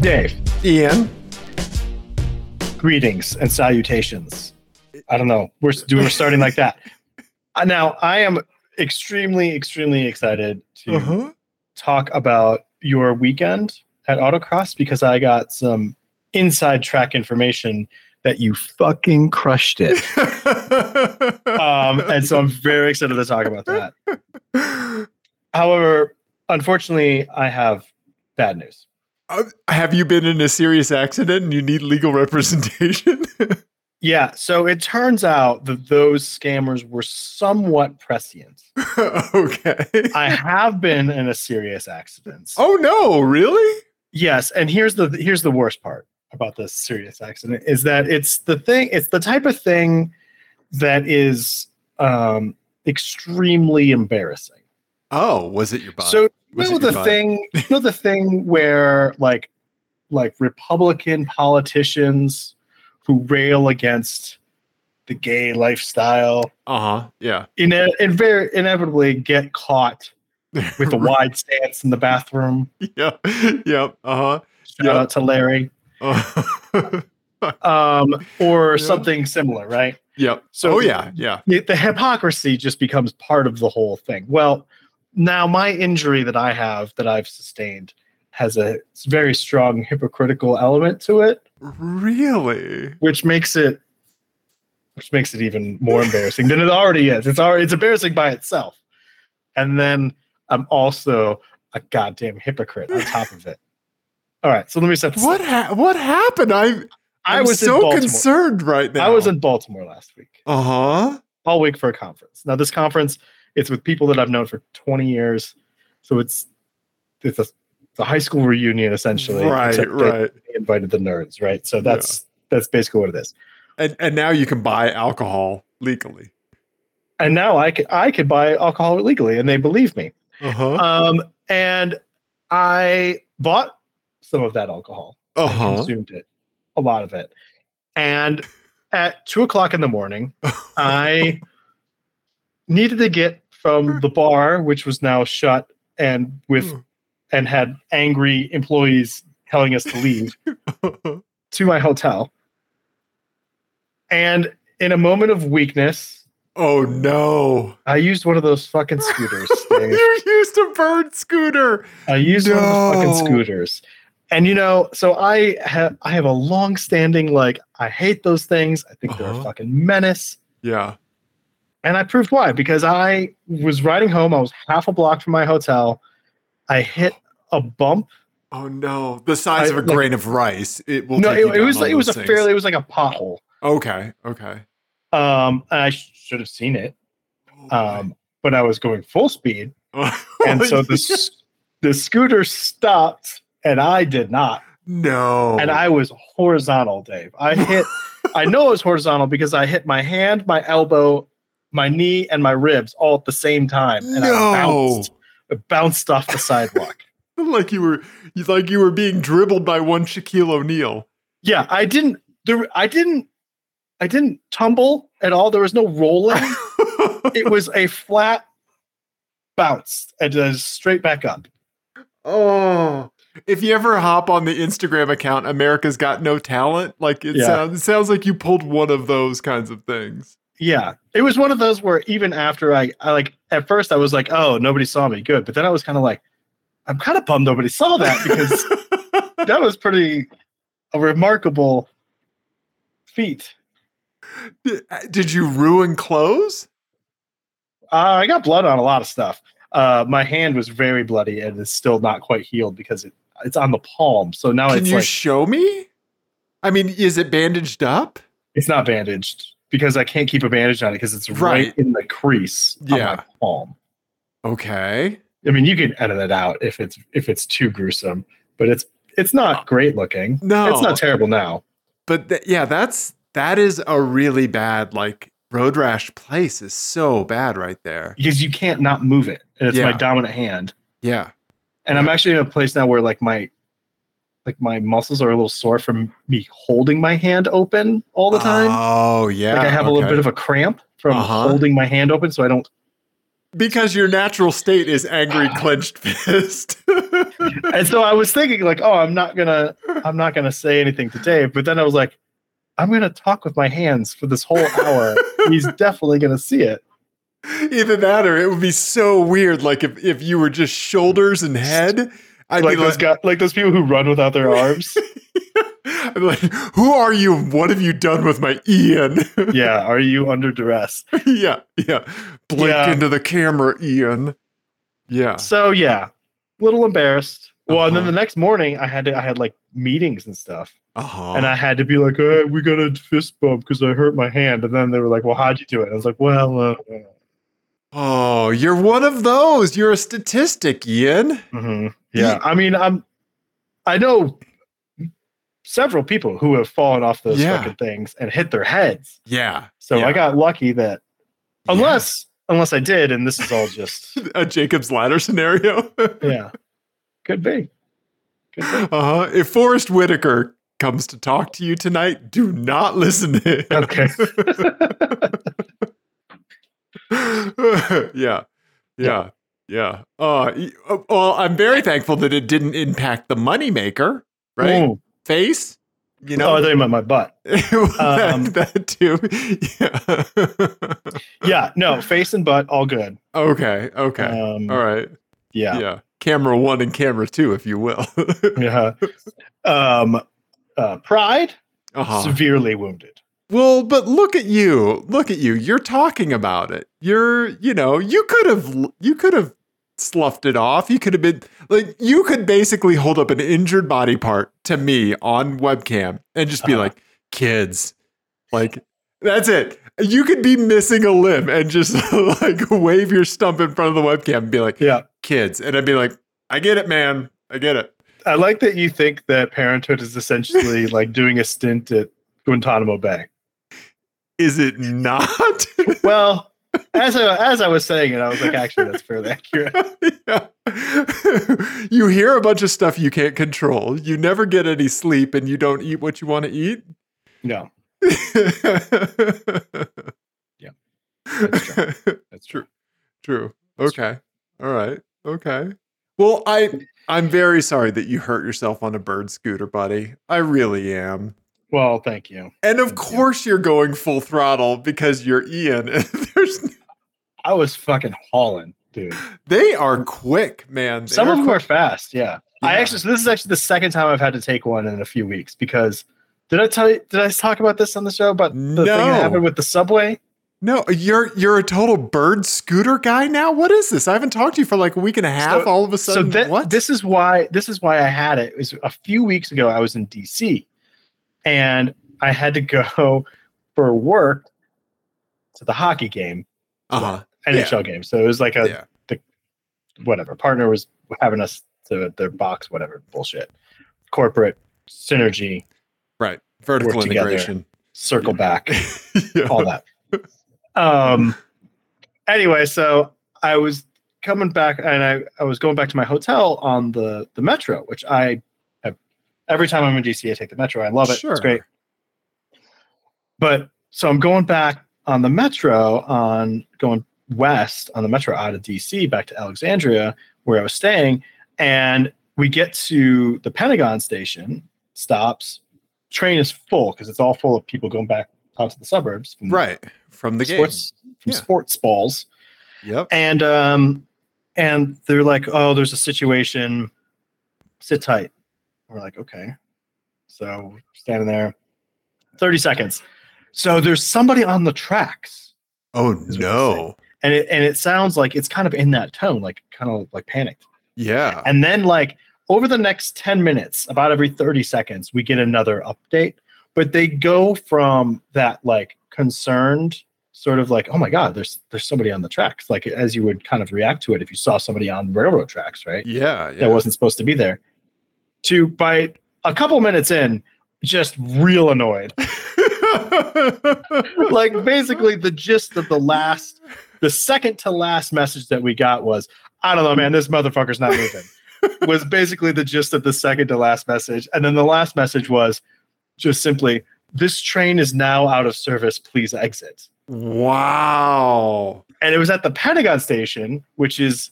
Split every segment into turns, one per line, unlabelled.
Dave,
Ian,
greetings and salutations. I don't know. We're doing. We're starting like that. Uh, Now I am extremely, extremely excited to
Uh-huh.
talk about your weekend at autocross because I got some inside track information that you fucking crushed it. um, and so I'm very excited to talk about that. However, unfortunately, I have bad news.
Uh, have you been in a serious accident and you need legal representation?
Yeah, so it turns out that those scammers were somewhat prescient.
okay.
I have been in a serious accident.
oh no, really?
Yes, and here's the here's the worst part about this serious accident is that it's the thing it's the type of thing that is um extremely embarrassing.
Oh, was it your body?
So you
Was
know
it your
the
butt?
thing, you know the thing where like like Republican politicians who rail against the gay lifestyle
uh huh. Yeah.
ine- inver- inevitably get caught with a wide stance in the bathroom.
yeah. Yep. Uh
Shout
Yeah.
out to Larry.
huh.
Um, or
Yeah.
something similar, right?
yep.
So-
oh yeah. Yeah.
The, the hypocrisy just becomes part of the whole thing. Well, now my injury that I have that I've sustained has a very strong hypocritical element to it.
Really?
which makes it which makes it even more embarrassing than it already is. It's already it's embarrassing by itself. And then I'm also a goddamn hypocrite on top of it. All right, so let me set this.
What
up.
ha- what happened? I
I
I'm
was in
so
Baltimore.
concerned right now.
I was in Baltimore last week,
Uh huh.
all week for a conference. Now this conference, it's with people that I've known for 20 years, so it's it's a, it's a high school reunion essentially.
Right.
except they
Right.
Invited the nerds, right? So that's that's basically what it is.
And and now you can buy alcohol legally.
And now I could I could buy alcohol legally, and they believe me.
Uh huh.
um, and I bought some of that alcohol,
Uh huh.
consumed it, a lot of it, and at two o'clock in the morning, I needed to get from the bar, which was now shut and with and had angry employees telling us to leave, to my hotel, and in a moment of weakness,
oh no.
I used one of those fucking scooters. Dave.
you used a bird scooter.
I use one of those
No.
fucking scooters. And you know, so I have I have a long-standing like I hate those things. I think they're
Uh-huh.
a fucking menace.
Yeah.
And I proved why because I was riding home. I was half a block from my hotel. I hit a bump.
Oh no. The size
I-
of a
like-
grain of rice. It will.
no,
take you
it, it
down
was
on
it was a
those things.
fairly it was like a pothole.
Okay. Okay.
Um, and I sh- should have seen it.
Oh,
Um, but I was going full speed, Um, and so the s- the scooter stopped, and I did not.
no.
and I was horizontal, Dave. I hit, I know it was horizontal because I hit my hand, my elbow, my knee, and my ribs all at the same time, and I
no.
bounced, I bounced off the sidewalk.
Like you were, you- like you were being dribbled by one Shaquille O'Neal.
yeah, I didn't. There, I didn't. I didn't tumble at all. There was no rolling. it was a flat bounce and uh, straight back up.
Oh. If you ever hop on the Instagram account, America's Got No Talent, like it
Yeah.
sounds it sounds like you pulled one of those kinds of things.
Yeah, it was one of those where even after I, I like at first I was like, oh, nobody saw me, good. But then I was kind of like, I'm kind of bummed nobody saw that because that was pretty a remarkable feat.
Did you ruin clothes?
Uh, I got blood on a lot of stuff. Uh, my hand was very bloody and it's still not quite healed because it, it's on the palm. So now
Can
Oh, it's
you
like
show me? I mean, is it bandaged up?
it's not bandaged because I can't keep a bandage on it because it's right.
Right.
in the crease on
Yeah.
my palm.
Okay.
I mean, you can edit it out if it's if it's too gruesome, but it's it's not great looking.
No.
It's not terrible now.
but th- yeah, that's that is a really bad like road rash place is so bad right there.
because you can't not move it, and it's my
Yeah.
dominant hand.
Yeah.
and I'm actually in a place now where like my like my muscles are a little sore from me holding my hand open all the time.
Oh yeah.
like I have a little
okay.
bit of a cramp from
Uh-huh.
holding my hand open, so I don't
because your natural state is angry clenched fist.
and so I was thinking like, oh, I'm not gonna, I'm not gonna say anything to Dave. But then I was like, I'm gonna talk with my hands for this whole hour. He's definitely gonna see it.
Either that, or it would be so weird. Like if if you were just shoulders and head, I'd
like
be
those
like,
guy, like those people who run without their arms.
I'd be like, "Who are you? and What have you done with my Ian?"
yeah, are you under duress?
yeah, yeah. Blink
Yeah.
into the camera, Ian. Yeah.
So yeah, little embarrassed. Well, and then
Uh-huh.
the next morning I had to, I had like meetings and stuff,
Uh-huh.
and I had to be like, hey, we got a fist bump because I hurt my hand. And then they were like, well, how'd you do it? I was like, well, uh,
oh, you're one of those. You're a statistic, Ian.
hmm Yeah, I mean, I'm. I know several people who have fallen off those
Yeah.
fucking things and hit their heads.
Yeah.
So
Yeah.
I got lucky that
Yeah.
unless unless I did, and this is all just
a Jacob's ladder scenario.
yeah, could be. Could be.
Uh-huh. If Forrest Whitaker comes to talk to you tonight, do not listen to him.
Okay.
yeah. Yeah. Yeah. Uh, y- uh, well, I'm very thankful that it didn't impact the moneymaker, right?
Ooh.
Face,
oh,
you
I
know?
thought you meant my butt.
that,
um,
that too. Yeah.
Yeah, no, face and butt, all good.
okay. Okay.
Um,
All right.
Yeah,
Yeah. Camera one and camera two, if you will.
yeah. Um, uh, pride
uh-huh.
severely wounded.
Well, but look at you. Look at you. You're talking about it. You're, you know, you could have you could have sloughed it off. You could have been like you could basically hold up an injured body part to me on webcam and just be
Uh-huh.
like, "Kids." Like that's it. You could be missing a limb and just like wave your stump in front of the webcam and be like,
Yeah,
"Kids." And I'd be like, "I get it, man. I get it."
I like that you think that parenthood is essentially like doing a stint at Guantanamo Bay.
Is it not?
Well, as I, as I was saying it, I was like, actually, that's fairly accurate.
yeah. you hear a bunch of stuff you can't control. You never get any sleep and you don't eat what you want to eat.
No, Yeah, true. that's
true. True. Okay. All right. Okay. Well, I I'm very sorry that you hurt yourself on a bird scooter, buddy. I really am.
Well, thank you.
And of
Thank you.
course you're going full throttle because you're Ian and there's
I was fucking hauling, dude.
they are quick, man. They
Some of them
quick.
are fast. Yeah. I
Yeah.
actually, so this is actually the second time I've had to take one in a few weeks because did I tell you, did I talk about this on the show about the thing
No.
that happened with the subway?
No, you're you're a total bird scooter guy now. What is this? I haven't talked to you for like a week and a half.
So-
all of a
So
sudden,
that,
what?
this is why, this is why I had it. It was a few weeks ago. I was in DC and I had to go for work to the hockey game,
uh-huh.
NHL game. So it was like a,
yeah.
whatever partner was having us to their box whatever bullshit corporate synergy
Right. Vertical
Work together.
integration. Oh,
circle back
Yeah.
all that um anyway so i was coming back and I, I was going back to my hotel on the the metro which i have every time i'm in dc i take the metro i love it
Sure.
it's great but so i'm going back on the metro on going west on the metro out of dc back to alexandria where i was staying and we get to the pentagon station stops train is full because it's all full of people going back out to the suburbs from
Right. From the game.
sports from
Yeah.
sports balls
Yep.
and um and they're like oh there's a situation sit tight we're like okay so standing there 30 seconds so there's somebody on the tracks
Oh
what
no.
and it and it sounds like it's kind of in that tone like kind of like panicked
Yeah.
and then like over the next 10 minutes about every 30 seconds we get another update but they go from that like concerned sort of like oh my god there's there's somebody on the tracks like as you would kind of react to it if you saw somebody on railroad tracks right
Yeah. Yeah.
that wasn't supposed to be there to by a couple minutes in just real annoyed like basically the gist of the last the second to last message that we got was i don't know man this motherfucker's not moving was basically the gist of the second to last message and then the last message was just simply this train is now out of service please exit
Wow.
and it was at the Pentagon station, which is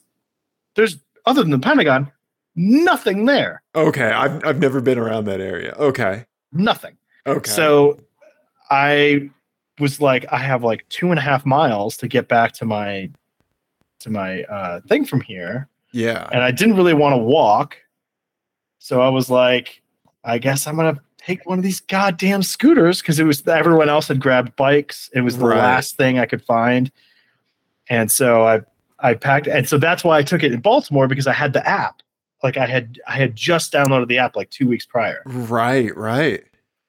there's other than the Pentagon, nothing there,
Okay. I've I've never been around that area. Okay.
nothing.
Okay.
So I was like, I have like two and a half miles to get back to my to my uh, thing from here,
yeah.
and I didn't really want to walk, so I was like, I guess I'm gonna take one of these goddamn scooters because it was everyone else had grabbed bikes. It was the
Right.
last thing I could find, and so I I packed, and so that's why I took it in Baltimore because I had the app. Like I had I had just downloaded the app like two weeks prior.
Right, right.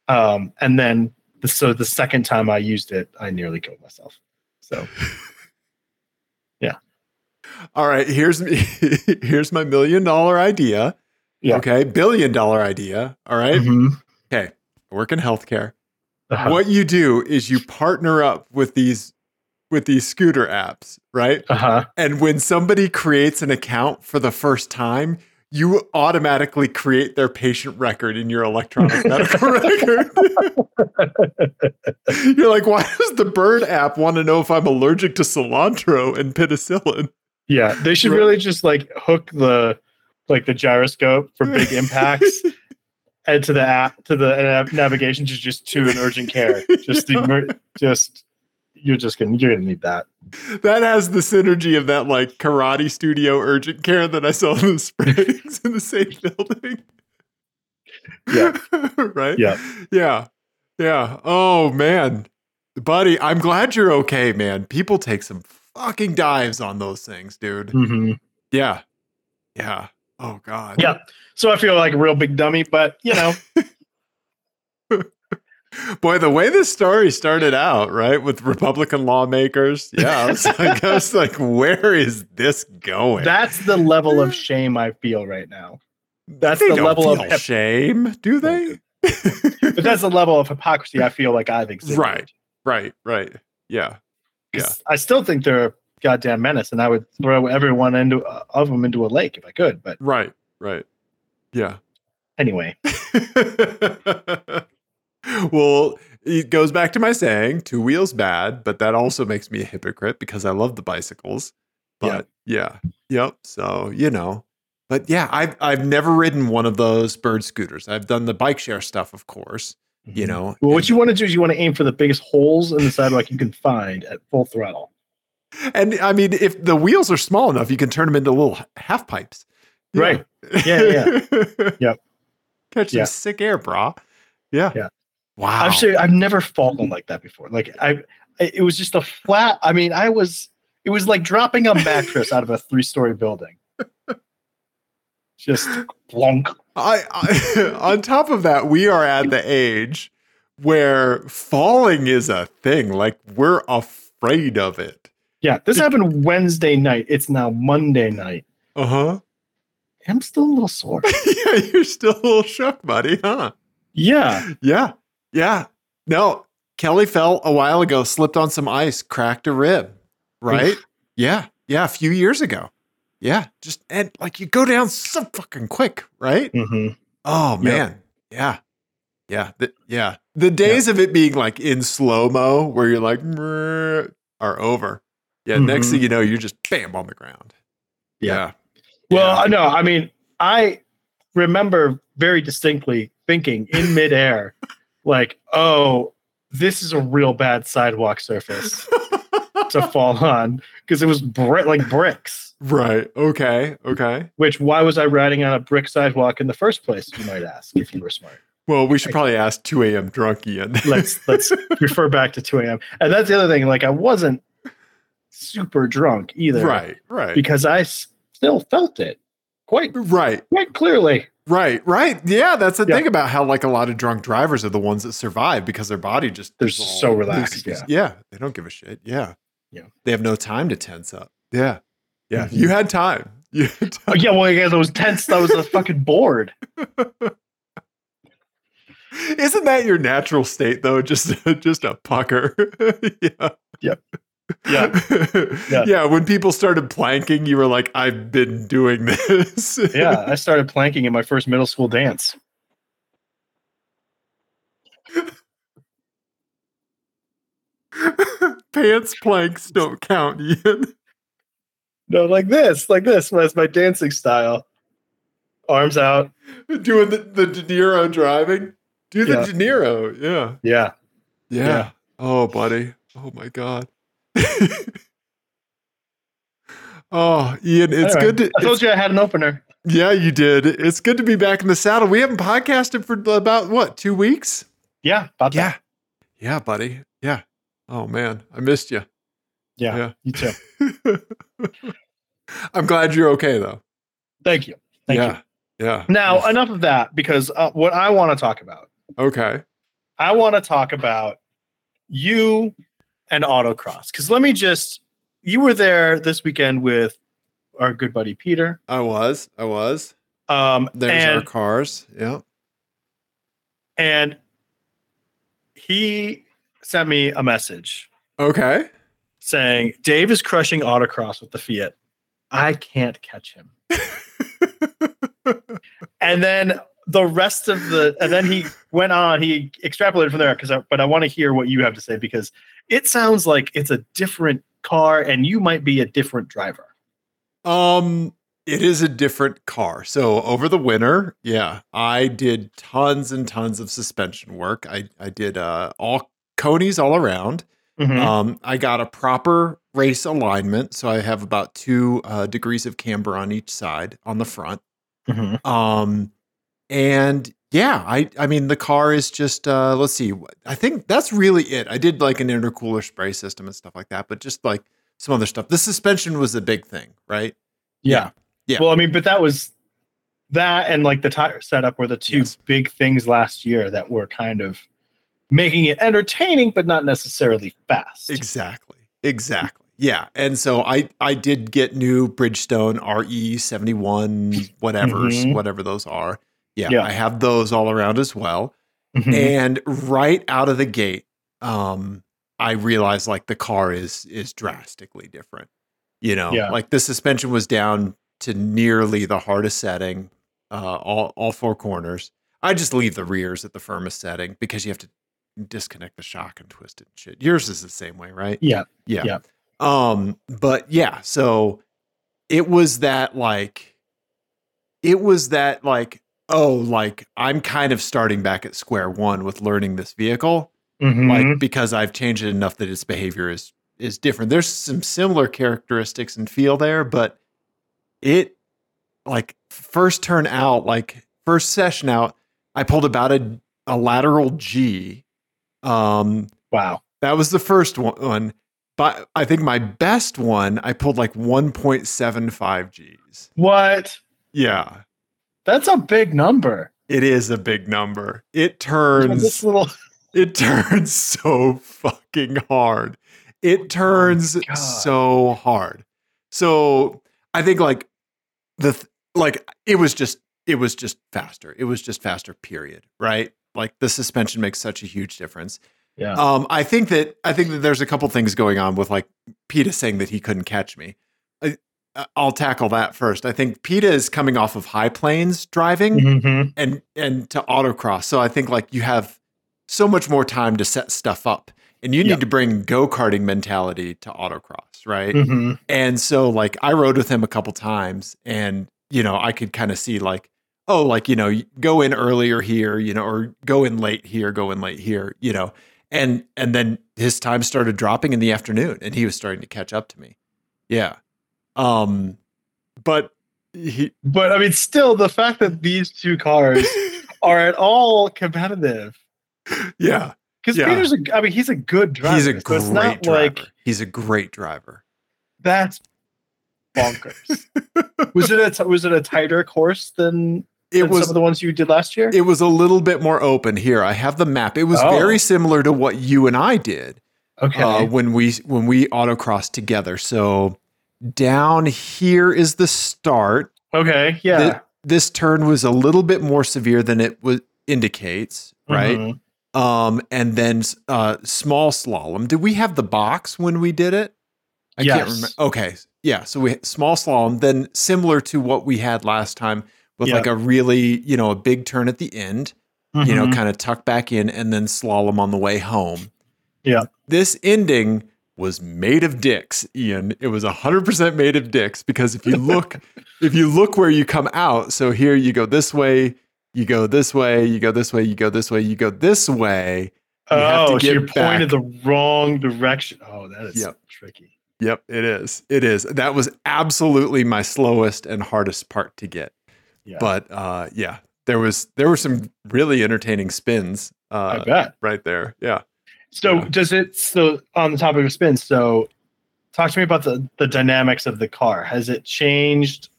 Um, and then the, so the second time I used it, I nearly killed myself. So
All right, here's me here's my million dollar idea.
Yeah.
Okay, billion dollar idea. All right?
Mhm.
I work in healthcare.
Uh-huh.
What you do is you partner up with these with these scooter apps, right?
Uh-huh.
And when somebody creates an account for the first time, you automatically create their patient record in your electronic medical record. You're like, why does the bird app want to know if I'm allergic to cilantro and penicillin?
Yeah, they should
Right.
really just like hook the like the gyroscope for big impacts and to the app to the nav- navigation to just to an urgent care. Just the emer- just you're just gonna you're gonna need that.
That has the synergy of that like karate studio urgent care that I saw in the Springs in the same building.
Yeah.
right?
Yeah.
Yeah. Yeah. Oh man. Buddy, I'm glad you're okay, man. People take some fucking dives on those things, dude.
Mhm.
Yeah. Yeah. Oh god.
Yeah. So I feel like a real big dummy, but you know,
Boy, the way this story started out, right, with Republican lawmakers. Yeah. I was like, I was like where is this going?
that's the level of shame I feel right now. that's
They
the
don't
level of
feel
hip-
shame, do they?
But that's the level of hypocrisy I feel like I've existed.
Right. right, right. Yeah.
'Cause I still think they're a goddamn menace, and I would throw everyone into uh, of them into a lake if I could. But
Right, right. Yeah.
anyway,
well, it goes back to my saying, two wheels bad, but that also makes me a hypocrite because I love the bicycles. But yeah. Yep. So, you know. But yeah, I've I've never ridden one of those bird scooters. I've done the bike share stuff, of course. You know.
Mm-hmm. Well, what you want to do is you want to aim for the biggest holes in the sidewalk you can find at full throttle.
And I mean, if the wheels are small enough, you can turn them into little h- half pipes.
Right. Yeah,
yeah.
Yep.
Catch some
Yeah.
sick air, brah. Yeah.
Yeah.
Wow.
I've sure, I've never fallen like that before. Like I, I- it was just a flat. I mean, I was it was like dropping a mattress out of a three story building. Just plonk.
I, I on top of that, we are at the age where falling is a thing. Like we're afraid of it.
Yeah, this happened Wednesday night. It's now Monday night.
Uh
Uh-huh.
huh.
I'm still a little sore.
yeah, you're still a little shook, buddy, huh?
Yeah.
Yeah. Yeah. No, Kelly fell a while ago, slipped on some ice, cracked a rib, right? Yeah. Yeah. A few years ago. Yeah. Just, and like you go down so fucking quick, right?
hmm
Oh,
Yep.
man. Yeah. Yeah. The, yeah. The days of it being like in slow mo where you're like, "Mrrr," are over. Yeah. Next
Mhm.
thing you know, you're just bam on the ground.
Yeah. Well, I- no, I mean, I remember very distinctly thinking in midair, like, oh, this is a real bad sidewalk surface to fall on because it was brick like bricks.
Right. Okay. Okay.
Which why was I riding on a brick sidewalk in the first place? You might ask if you were smart.
Well, we should probably ask 2 a.m. drunk Ian.
Let's let's refer back to 2 a.m. And that's the other thing. Like I wasn't super drunk either,
Right. Right.
Because I s- still felt it quite
Right,
quite clearly.
right, right. Yeah, that's the
Yeah.
thing about how like a lot of drunk drivers are the ones that survive because their body just
They're
is all
so relaxed,
loose.
yeah.
they don't give a shit. Yeah,
Yeah.
They have no time to tense up. Yeah, yeah.
Mhm.
You had time. You had
Oh,
time.
yeah, well, yeah, those tents. That was a fucking board.
Isn't that your natural state though? Just just a pucker. yeah.
Yep. Yeah.
yeah. Yeah. When people started planking, you were like, I've been doing this.
Yeah, I started planking in my first middle school dance.
pants planks don't count, Ian.
No, like this, like this. That's my dancing style. Arms out.
Doing the, the De Niro driving. Do the
Yeah.
De Niro. Yeah.
Yeah.
yeah.
Yeah.
Oh, buddy. Oh, my God. oh, Ian, it's
Anyway,
good to.
I told you I had an opener.
Yeah, you did. It's good to be back in the saddle. We haven't podcasted for about what, two weeks?
Yeah. About that.
Yeah. Yeah, buddy. Yeah. Oh man, I missed you.
Yeah.
Yeah.
You too.
I'm glad you're okay though.
Thank you. Thank you.
yeah. Yeah.
Now, enough of that because uh, what I want to talk about,
Okay.
I want to talk about you and autocross. Because let me just, you were there this weekend with our good buddy Peter.
I was. I was.
Um,
There's
and,
our cars. Yeah.
and he sent me a message
Okay.
saying, Dave is crushing autocross with the Fiat. I can't catch him. and then the rest of the and then he went on he extrapolated from there because I, but i want to hear what you have to say because it sounds like it's a different car and you might be a different driver
Um, it is a different car. So over the winter, yeah, I did tons and tons of suspension work. I I did uh all conies all around.
Mm-hmm. Uh,
Um, I got a proper race alignment, so I have about two uh, degrees of camber on each side on the front.
Mhm.
Um, and yeah, I I mean the car is just uh, let's see, I think that's really it. I did like an intercooler spray system and stuff like that, but just like some other stuff. The suspension was a big thing, right?
yeah.
Yeah.
well i mean but that was that and like the tire setup were the two
Yes.
big things last year that were kind of making it entertaining but not necessarily fast
Exactly. Exactly. Yeah. And so I I did get new Bridgestone RE seventy one whatever's
Mhm.
whatever those are. Yeah,
Yeah.
I have those all around as well.
Mhm.
And right out of the gate, um, I realized like the car is is drastically different. You know,
Yeah.
like the suspension was down to nearly the hardest setting, uh, all all four corners. I just leave the rears at the firmest setting because you have to disconnect the shock and twist it and shit. Yours is the same way, right?
yeah
Yeah.
Yeah.
Um, but yeah, so it was that like it was that like oh, like I'm kind of starting back at square one with learning this vehicle,
Mhm.
like because I've changed it enough that its behavior is is different. There's some similar characteristics and feel there, but it like first turn out, like first session out, I pulled about a a lateral G um
wow
that was the first one- one. But I think my best one, I pulled like 1.75 Gs.
what
Yeah,
that's a big number
it is a big number. It
this
turns,
little
it turns so fucking hard. It turns
God.
so hard. So I think like the, th- like it was just, it was just faster. It was just faster, period. Right. Like the suspension makes such a huge difference.
yeah
Um, I think that I think that there's a couple things going on with like Peta saying that he couldn't catch me. I, uh, I'll tackle that first. I think Peta is coming off of high planes driving
Mhm.
and and to autocross, so I think like you have so much more time to set stuff up, and you need
Yeah.
to bring go karting mentality to autocross, right?
Mhm.
And so like I rode with him a couple times and you know, I could kind of see like oh like you know, y- go in earlier here, you know, or go in late here, go in late here, you know. And and then his time started dropping in the afternoon and he was starting to catch up to me. Yeah. Um but he
But I mean, still, the fact that these two cars are at all competitive
yeah,
because
Yeah.
Peter's, a, I mean, he's a good driver.
he's a
so
great
it's not
driver.
like
he's a great driver.
that's bonkers. was it a t- was it a tighter course than, than
It
some
was
of the ones you did last year?
it was a little bit more open here. I have the map. It was
Oh.
very similar to what you and I did.
okay,
uh, when we when we autocross together. So down here is the start.
okay, yeah,
Th- this turn was a little bit more severe than it was indicates, right?
Mhm.
Um, and then uh, small slalom. Did we have the box when we did it? I can't
Yes.
remember. Okay, yeah. So we small slalom. Then similar to what we had last time with
Yeah.
like a really you know a big turn at the end you know,
Mhm.
kind of tuck back in and then slalom on the way home.
Yeah.
This ending was made of dicks, Ian. It was 100% made of dicks because if you look if you look where you come out, so here you go this way, you go this way, you go this way, you go this way, you go this way. You have to
oh, so
get
you're pointed
back.
the wrong direction. Oh, that is
Yep.
tricky.
Yep, it is. It is. That was absolutely my slowest and hardest part to get.
Yeah,
But uh yeah, there was there were some really entertaining spins
I
uh
bet.
right there. Yeah.
So
Yeah.
does it so on the topic of spin, so talk to me about the, the dynamics of the car. Has it changed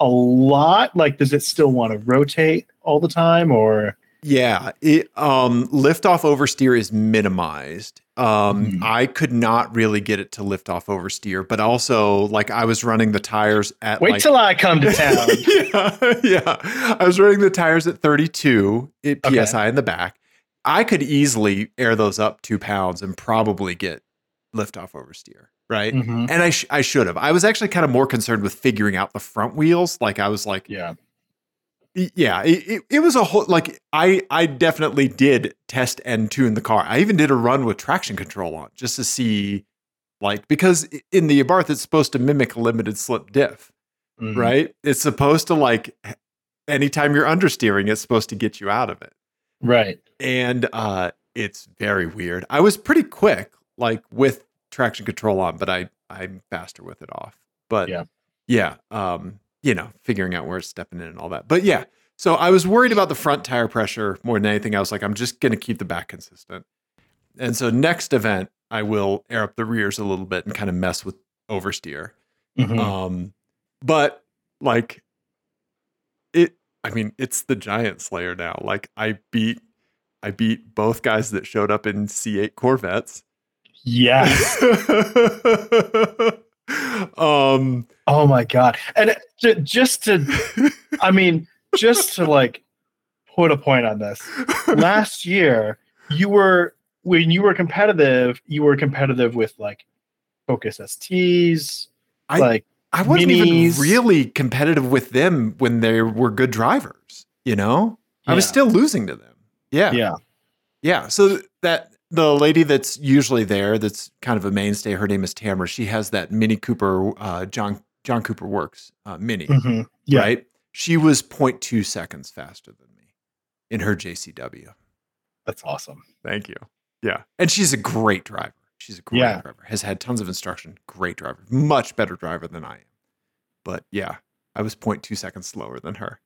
a lot? Like does it still want to rotate all the time or
Yeah, it, um, liftoff oversteer is minimized. Um,
Mhm.
I could not really get it to liftoff oversteer, but also like I was running the tires at
wait
like,
till I come to town?
yeah, yeah. I was running the tires at 32 at
Okay.
psi in the back. I could easily air those up two pounds and probably get liftoff oversteer, right?
Mhm.
And I sh- I should have. I was actually kind of more concerned with figuring out the front wheels. Like I was like,
Yeah.
yeah it, it, it was a whole like i i definitely did test and tune the car i even did a run with traction control on just to see like because i- in the abarth it's supposed to mimic a limited slip diff
Mhm.
right it's supposed to like anytime you're understeering it's supposed to get you out of it
Right.
and uh it's very weird i was pretty quick like with traction control on but i i'm faster with it off but
Yeah.
yeah um you know figuring out where it's stepping in and all that but yeah so i was worried about the front tire pressure more than anything i was like i'm just going to keep the back consistent and so next event i will air up the rears a little bit and kind of mess with oversteer
Mhm.
um, but like it, I mean, it's the Giant Slayer now. Like I beat, I beat both guys that showed up in C8 Corvettes.
Yeah.
um,
Oh my god. And j- just to I mean, just to like put a point on this. Last year, you were when you were competitive, you were competitive with like Focus STs,
I-
like
I wasn't
Minis.
even really competitive with them when they were good drivers. You know, I was
Yeah.
still losing to them. Yeah,
yeah.
Yeah. So th- that the lady that's usually there, that's kind of a mainstay. Her name is Tamara. She has that Mini Cooper, uh, John John Cooper Works uh, Mini,
Mhm. Yeah.
right? She was 0.2 seconds faster than me in her JCW.
That's awesome.
Thank you. Yeah, and she's a great driver. She's a great
Yeah.
driver. Has had tons of instruction. Great driver. Much better driver than I am. But yeah, I was 0.2 seconds slower than her.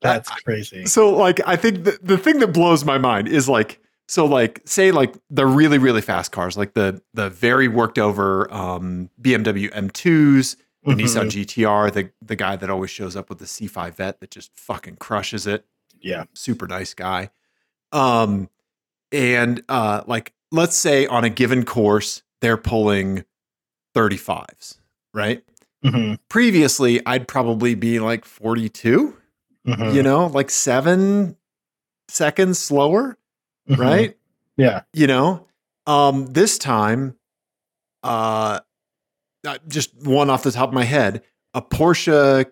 That's crazy.
So like I think the, the thing that blows my mind is like so like say like the really really fast cars like the the very worked over um BMW M2s the
Mhm.
Nissan GTR the the guy that always shows up with the C5 vet that just fucking crushes it
Yeah.
super nice guy um and uh like let's say on a given course they're pulling 35s right
Mhm.
previously I'd probably be like 42
Mhm.
you know, like seven seconds slower,
Mhm.
right?
Yeah.
You know, um, this time, uh, uh, just one off the top of my head, a Porsche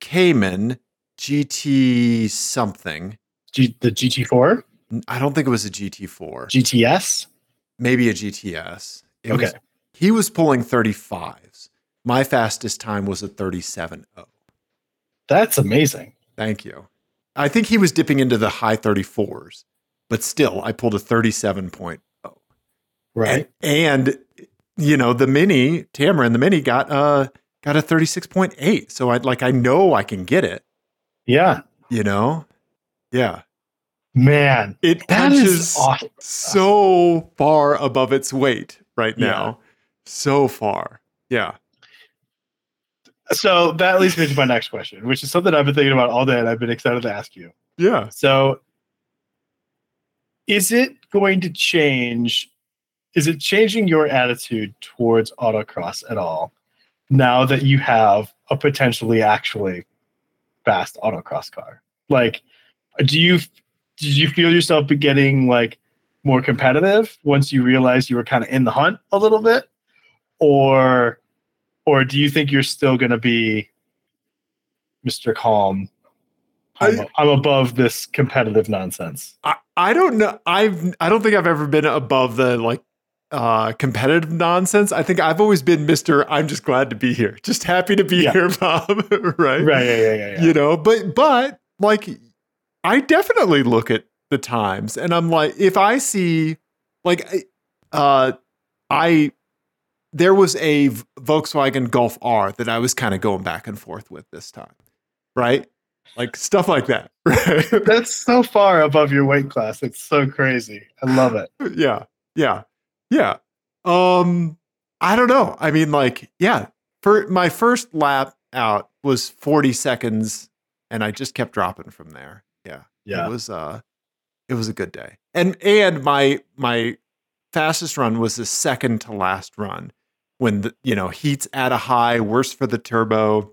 Cayman GT something.
G- the GT4,
I don't think it was a GT4,
GTS.
maybe a GTS. It was-
Okay.
he was pulling 35s. My fastest time was a oh. 37.0.
That's amazing.
Thank you. I think he was dipping into the high 34s, but still, I pulled a 37 point.
Right.
And, and, you know, the mini, Tamara and the mini got uh got a 36.8. So I like I know I can get it,
yeah.
you know? Yeah.
Man,
It
that is
punches
awesome.
so far above its weight right
Yeah.
now. So far. Yeah.
So that leads me to my next question, which is something I've been thinking about all day and I've been excited to ask you.
Yeah.
So is it going to change? Is it changing your attitude towards autocross at all now that you have a potentially actually fast autocross car? Like, do you do you feel yourself be getting like more competitive once you realize you were kind of in the hunt a little bit, or or do you think you're still going to be Mr. Calm? I'm, I'm above this competitive nonsense.
I, I don't know. I've I don't think I've ever been above the like uh, competitive nonsense. I think I've always been Mister. I'm just glad to be here. Just happy to be
Yeah.
here, Bob. right?
Right. Yeah. Yeah. Yeah. yeah.
You know, but but like, I definitely look at the times, and I'm like, if I see, like, uh, I there was a V- Volkswagen Golf R that I was kind of going back and forth with this time, right? Like stuff like that, right?
That's so far above your weight class. It's so crazy. I love it.
yeah yeah yeah um i don't know i mean like yeah for my first lap out was 40 seconds and i just kept dropping from there yeah it
Yeah.
was uh it was a good day and and my my fastest run was the second to last run when the you know heat's at a high worse for the turbo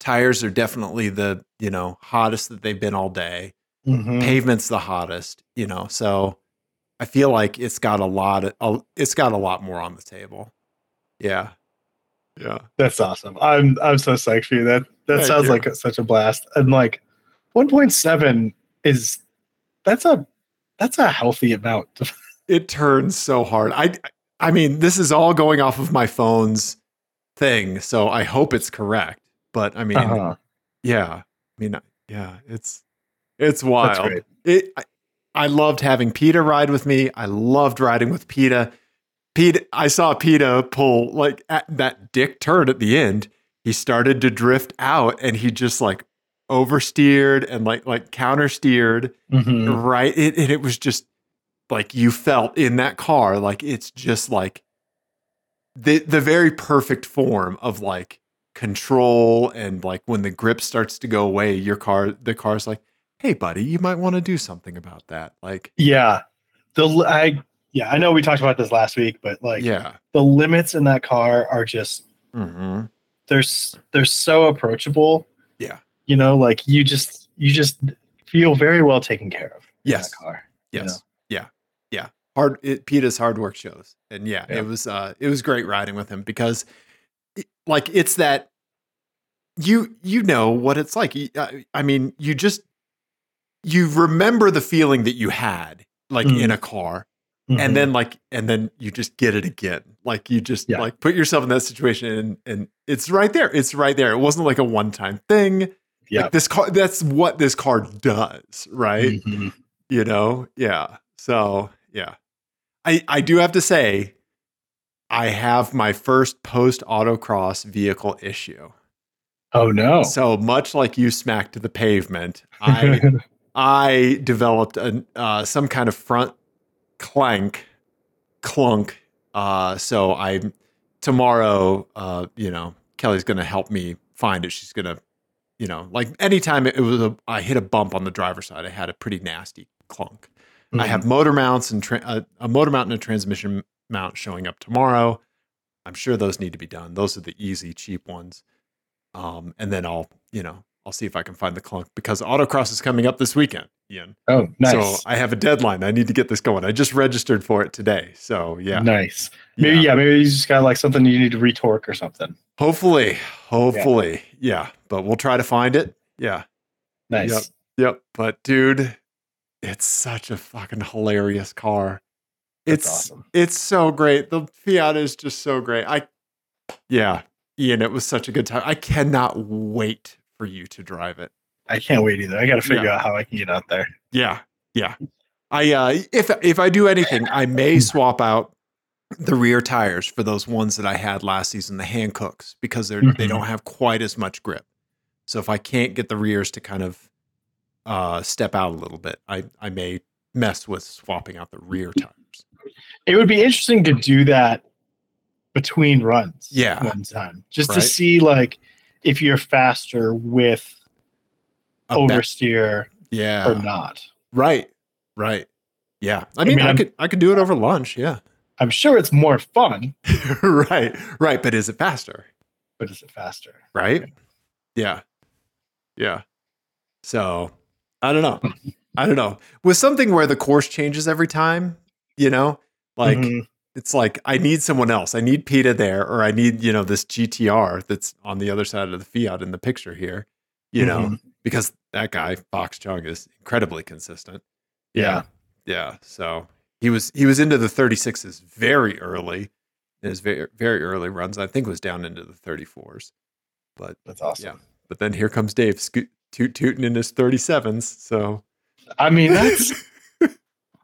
tires are definitely the you know hottest that they've been all day
Mhm.
pavement's the hottest you know so i feel like it's got a lot of, it's got a lot more on the table yeah yeah
That's awesome. I'm I'm so psyched for you. That that
Thank
sounds
you.
like a, such a blast. And like 1.7 is that's a that's a healthy amount.
it turns so hard i i mean this is all going off of my phone's thing so i hope it's correct but i mean
Uh-huh.
yeah i mean yeah it's it's
That's
wild
great.
it I, I loved having PETA ride with me. I loved riding with PETA. PETA I saw PETA pull like at that dick turn at the end. He started to drift out and he just like oversteered and like like countersteered
Mhm.
right it, and it was just like you felt in that car like it's just like the the very perfect form of like control and like when the grip starts to go away your car the car's like hey buddy you might want to do something about that like
Yeah. The l- I yeah, I know we talked about this last week, but like
yeah
the limits in that car are just
mm-hmm.
they're s- they're so approachable.
Yeah.
You know, like you just you just feel very well taken care of. in
Yes.
That car. you
yes yeah yeah hard it, peta's hard work shows and yeah,
Yeah.
it was uh it was great riding with him because it- like it's that you you know what it's like You- I, I mean you just you remember the feeling that you had like
Mm.
in a car
Mhm.
and then like and then you just get it again like you just
Yeah.
like put yourself in that situation and and it's right there it's right there it wasn't like a one time thing
Yeah.
like this car that's what this car does right
Mhm.
you know yeah so yeah i i do have to say i have my first post autocross vehicle issue
Oh no.
so much like you smacked the pavement i i developed an uh some kind of front clank clunk uh so i tomorrow uh you know kelly's gonna help me find it she's gonna you know like anytime it was a i hit a bump on the driver's side i had a pretty nasty clunk I have
Mm-hmm.
motor mounts and tra- a, a motor mount and a transmission mount showing up tomorrow. I'm sure those need to be done. Those are the easy, cheap ones. Um, and then I'll, you know, I'll see if I can find the clunk because autocross is coming up this weekend, Ian.
Oh, nice.
So I have a deadline. I need to get this going. I just registered for it today. So yeah,
Nice. Maybe yeah. maybe you just got like something you need to retorque or something.
Hopefully, hopefully, yeah. But we'll try to find it. Yeah.
Nice.
Yep. Yep. But dude, it's such a fucking hilarious car.
That's
it's
awesome.
it's so great. The Fiat is just so great. I yeah, Ian, it was such a good time. I cannot wait for you to drive it.
I can't wait either. I got to figure
Yeah.
out how I can get out there.
Yeah, yeah. I uh, if if I do anything, I may swap out the rear tires for those ones that I had last season, the Hancooks, because they're they
Mhm.
don't have quite as much grip. So if I can't get the rears to kind of uh, step out a little bit, I I may mess with swapping out the rear tires.
It would be interesting to do that between runs.
Yeah.
One time, just to
Right.
see like if you're faster with
A ba-
oversteer
yeah,
or not.
Right. Right. Yeah. I mean, I,
mean, I'm-
could I could do it over lunch, yeah.
I'm sure it's more fun,
right. Right, but is it faster?
but is it faster?
Right? Yeah. Yeah. So, I don't know. I don't know. With something where the course changes every time, you know? Like
Mhm.
it's like I need someone else. I need PETA there or I need, you know, this GTR that's on the other side of the Fiat in the picture here, you
Mm-hmm.
know, because that guy Fox Chung is incredibly consistent.
Yeah.
Yeah. So, he was he was into the 36s very early. In his very very early runs, I think was down into the 34s. But
That's awesome.
Yeah. but then here comes Dave scoot, toot tooting in his 37s. So
I mean, that's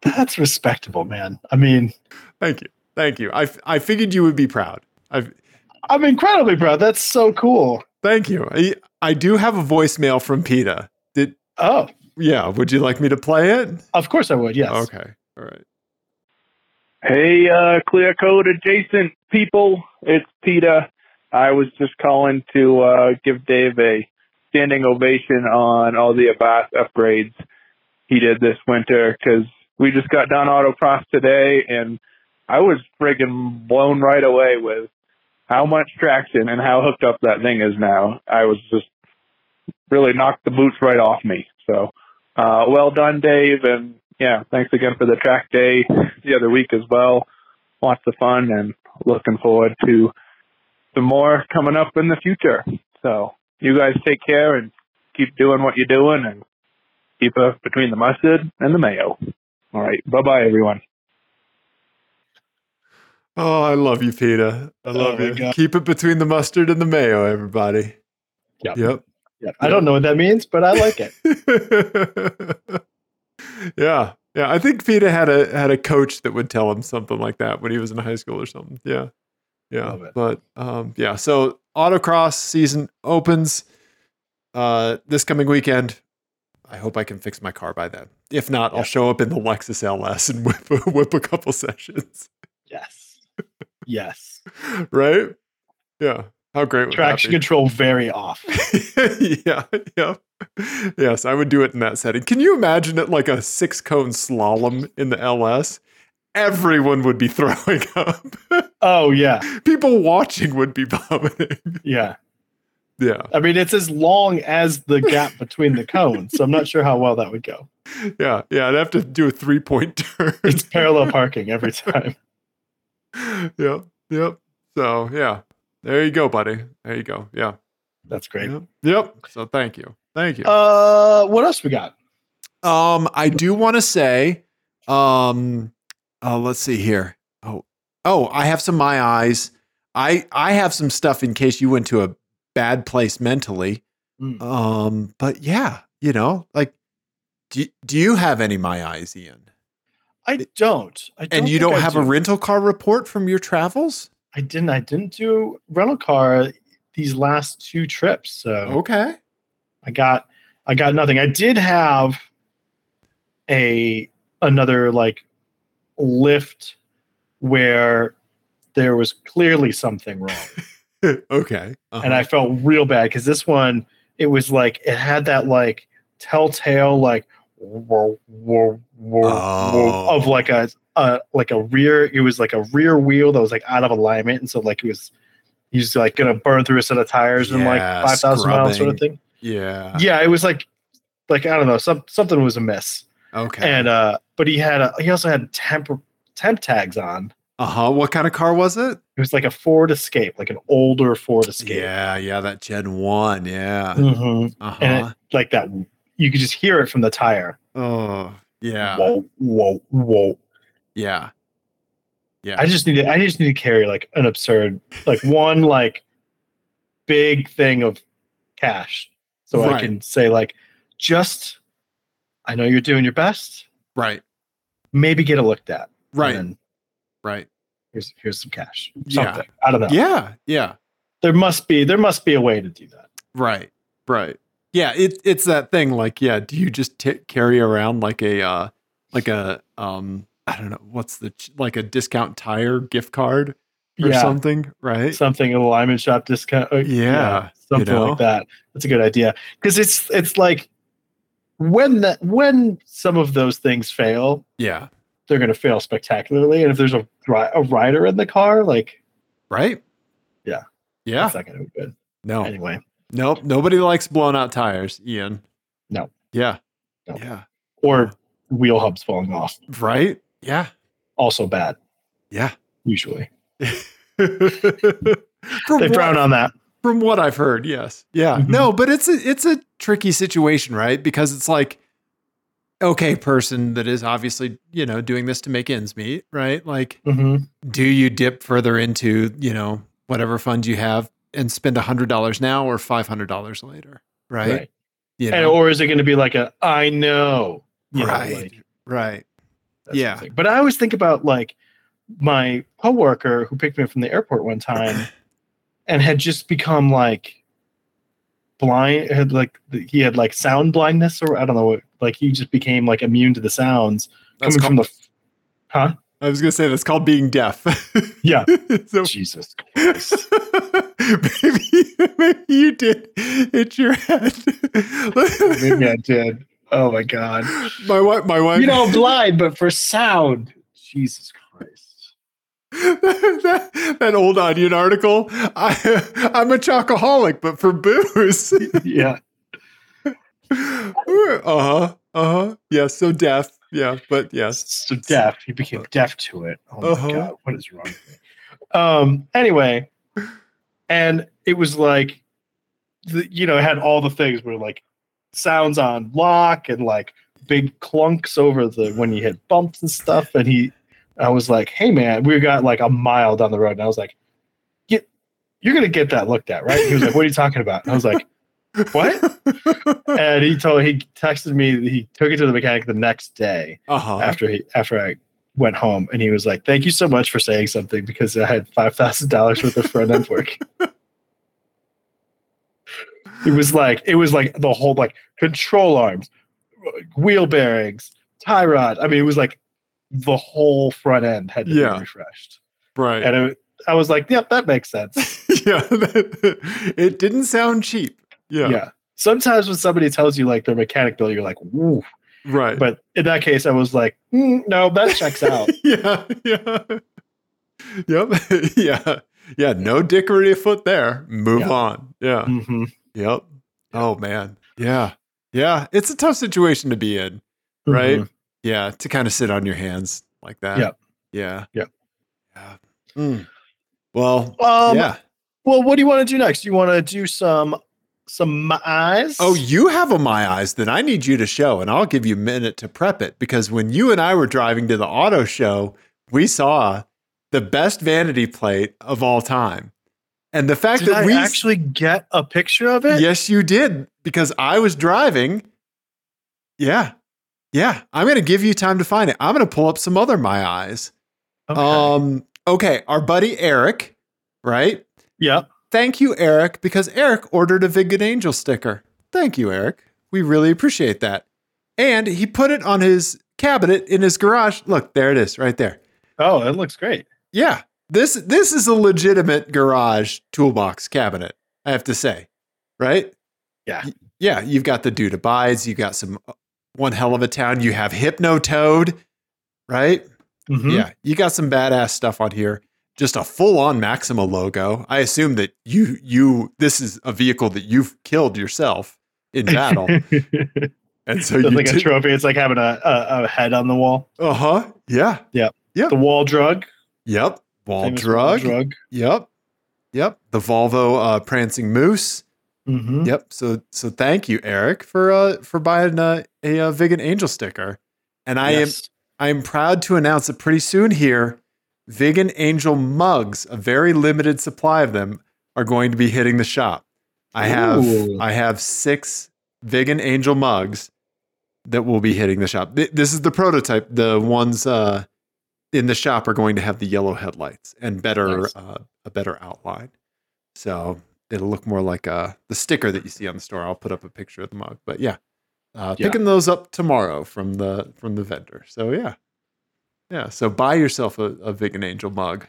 that's respectable, man. I mean,
thank you, thank you. I f- I figured you would be proud. I
I'm incredibly proud. That's so cool.
thank you. I I do have a voicemail from Peta. Did
Oh,
yeah? Would you like me to play it?
of course I would. Yes.
Okay. All right.
Hey, uh, clear coat adjacent people. It's PETA. I was just calling to uh, give Dave a standing ovation on all the Abbas upgrades he did this winter because we just got done autocross today and I was friggin' blown right away with how much traction and how hooked up that thing is now. I was just really knocked the boots right off me. So, uh, well done, Dave. And yeah, thanks again for the track day the other week as well. Lots of fun and looking forward to some more coming up in the future. So you guys take care and keep doing what you're doing and keep up between the mustard and the mayo. All right. Bye bye, everyone.
Oh, I love you, Peta. I love
Oh my
you.
God.
Keep it between the mustard and the mayo, everybody.
Yep.
Yep.
Yeah. I don't know what that means, but I like it.
yeah. Yeah. I think Peta had a had a coach that would tell him something like that when he was in high school or something. Yeah. Yeah.
Love it.
But um yeah, so autocross season opens uh this coming weekend. I hope I can fix my car by then. If not,
Yeah.
I'll show up in the Lexus LS and whip a, whip a couple sessions,
Yes. Yes.
right? Yeah. How great would
Traction
that be?
control very off.
yeah, yeah. Yes, I would do it in that setting. Can you imagine it like a six cone slalom in the LS? Everyone would be throwing up.
Oh yeah.
People watching would be vomiting.
Yeah.
Yeah,
I mean, it's as long as the gap between the cones, so I'm not sure how well that would go.
yeah, yeah. I'd have to do a three point turn.
It's parallel parking every time.
yep, yep. So, yeah, there you go, buddy. There you go. Yeah.
That's great.
Yep. yep. So, thank you. Thank you.
Uh, what else we got?
Um, I do want to say, um, uh, let's see here. Oh, oh, I have some my eyes. I I have some stuff in case you went to a bad place mentally.
Mm.
Um, but yeah, you know, like, do do you have any my eyes, Ian?
I don't. I don't
And you
think
don't
I
have
do.
a rental car report from your travels?
I didn't. I didn't do rental car these last two trips, so
Okay.
I got. I got nothing. I did have a another like lift where there was clearly something wrong.
okay. Uh-huh.
and I felt real bad because this one, it was like it had that like telltale like whoa, whoa, whoa, whoa,
Oh.
of like a, a like a rear. It was like a rear wheel that was like out of alignment, and so like it was he was like gonna burn through a set of tires in like
Yeah,
five thousand miles sort of thing.
yeah.
Yeah, it was like like I don't know, some something was amiss,
Okay.
and uh, but he had a, he also had temp temp tags on.
uh huh. What kind of car was it?
It was like a Ford Escape, like an older Ford Escape.
Yeah, yeah, that Gen One. Yeah.
Mhm.
Uh huh.
and it, like that you could just hear it from the tire
Oh, yeah.
whoa whoa whoa
Yeah. Yeah.
i just need to i just need to carry like an absurd like one like big thing of cash so i
Right.
can say like just i know you're doing your best
right.
maybe get it looked at
Right.
and then
right.
here's here's some cash
Yeah.
something i don't know
Yeah. Yeah.
there must be there must be a way to do that
Right. Right. Yeah. It, it's that thing like, yeah, do you just t- carry around like a, uh, like a, um, I don't know, what's the, ch- like a discount tire gift card or
yeah
something? Right.
something in the lineman shop discount. uh,
Yeah,
something
you know?
like that. That's a good idea because it's it's like when that when some of those things fail,
yeah.
they're going to fail spectacularly. And if there's a ri- a rider in the car, like
Right.
Yeah.
Yeah.
that's not going to be good
No.
anyway.
Nope. Nobody likes blown out tires, Ian.
No.
Yeah.
No.
Yeah.
Or wheel hubs falling off,
Right. Yeah.
also bad
Yeah.
usually.
From
They
what-
frown on that.
from what I've heard, yes. Yeah.
Mhm.
No, but it's a it's a tricky situation, right? Because it's like okay person that is obviously, you know, doing this to make ends meet, right? Like,
Mm-hmm.
do you dip further into, you know, whatever fund you have and spend $100 now or $500 later, right?
Right.
You
And,
know,
or is it going to be like a I know, you know,
Right.
like,
right.
that sort of
Yeah.
thing. But I always think about like my coworker who picked me up from the airport one time and had just become like blind had like he had like sound blindness or I don't know what like he just became like immune to the sounds
That's
coming from
called,
the f- huh
I was going to say that's called being deaf.
Yeah.
so
Jesus Christ.
maybe, maybe you did hit your head.
maybe I did oh my god
my wife, my wife,
you know blind but for sound Jesus Christ
that, that old Onion article. I, I'm a chocoholic, but for booze.
yeah
uh huh. Uh huh. Yeah. So deaf. Yeah. But yes.
so deaf. He became deaf to it. Oh my
Uh-huh.
god, what is wrong with me? Um anyway, and it was like the, you know, it had all the things where like sounds on lock and like big clunks over the when you hit bumps and stuff. And he I was like, hey man, we got like a mile down the road, and I was like, Get you're gonna get that looked at, right? He was like, What are you talking about? And I was like, What? And he told he texted me that he took it to the mechanic the next day
Uh huh.
after he after I went home and he was like, Thank you so much for saying something because I had five thousand dollars worth of front end work. it was like it was like the whole like control arms, wheel bearings, tie rod. I mean it was like the whole front end had to
Yeah.
be refreshed.
Right.
And it, I was like, Yep, that makes sense.
yeah. it didn't sound cheap. Yeah.
yeah. Sometimes when somebody tells you like their mechanic bill, you're like, "Ooh!"
Right.
But in that case, I was like, "Mm, "No, that checks out."
yeah, yeah. Yep. yeah. Yeah. No dickery afoot there. Move
Yeah.
on. Yeah.
hmm
Yep. Oh man. Yeah. Yeah. It's a tough situation to be in,
Mm-hmm.
right? Yeah. To kind of sit on your hands like that.
Yep.
Mm-hmm. Yeah.
Yep.
Yeah. Mm. Well,
Hmm. Um,
yeah.
Well, what do you want to do next? You want to do some some my eyes?
Oh, you have a my eyes that I need you to show, and I'll give you a minute to prep it because when you and I were driving to the auto show, we saw the best vanity plate of all time, and the fact
did
that
I
we
actually get a picture of it?
yes, you did because I was driving. Yeah, yeah. I'm gonna give you time to find it. I'm gonna pull up some other my eyes.
Okay.
Um, okay, our buddy Eric, right?
yeah.
Thank you, Eric, because Eric ordered a Big Good Angel sticker. Thank you, Eric. We really appreciate that. And he put it on his cabinet in his garage. Look, there it is, right there.
Oh, that looks great.
Yeah. This this is a legitimate garage toolbox cabinet, I have to say. Right?
Yeah.
Y- yeah, you've got the dude abides, you've got some uh, one hell of a town. You have Hypno Toad, right?
Mhm.
Yeah, you got some badass stuff on here. Just a full-on Maxima logo. I assume that you you this is a vehicle that you've killed yourself in battle, and so
It's
you
like a
did.
trophy. It's like having a, a, a head on the wall.
Uh huh. Yeah.
The wall drug.
Yep. Wall
Famous
drug.
drug.
Yep. Yep. The Volvo uh, prancing moose.
Mhm.
Yep. So so thank you, Eric, for uh for buying uh, a, uh vegan angel sticker, and I am
Yes.
I'm proud to announce that pretty soon here, Vegan Angel mugs, a very limited supply of them, are going to be hitting the shop. I have
Ooh.
I have six Vegan Angel mugs that will be hitting the shop. Th- This is the prototype. The ones uh, in the shop are going to have the yellow headlights and better
Nice.
uh, a better outline. So it'll look more like uh, the sticker that you see on the store. I'll put up a picture of the mug, but yeah, uh,
Yeah.
picking those up tomorrow from the from the vendor. So yeah, yeah. So buy yourself a, a Vegan Angel mug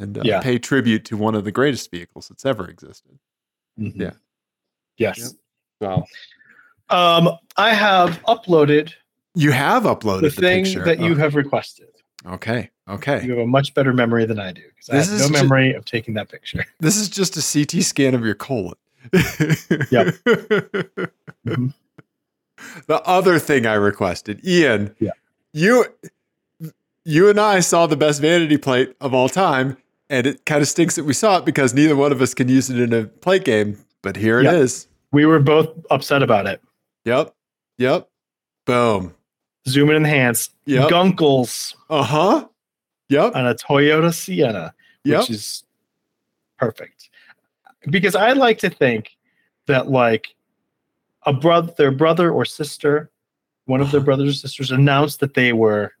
and uh,
Yeah.
pay tribute to one of the greatest vehicles that's ever existed.
Mhm.
Yeah.
Yes.
Wow,
Um, I have uploaded
you have uploaded
the
the,
thing
picture.
that you
Oh,
have requested.
okay, okay.
You have a much better memory than I do because I
This
have
is
no
ju-
memory of taking that picture.
This is just a CT scan of your colon.
Yep.
The other thing I requested, Ian,
Yeah.
you you and I saw the best vanity plate of all time, and it kind of stinks that we saw it because neither one of us can use it in a plate game, but here
Yeah.
it is.
We were both upset about it.
Yep. Yep. Boom.
zoom and enhance
Yep.
gunkles
Uh huh. Yep.
on a Toyota Sienna,
Yep.
Uh, which is perfect. Because I like to think that like a brother, their brother or sister, one of their brothers or sisters announced that they were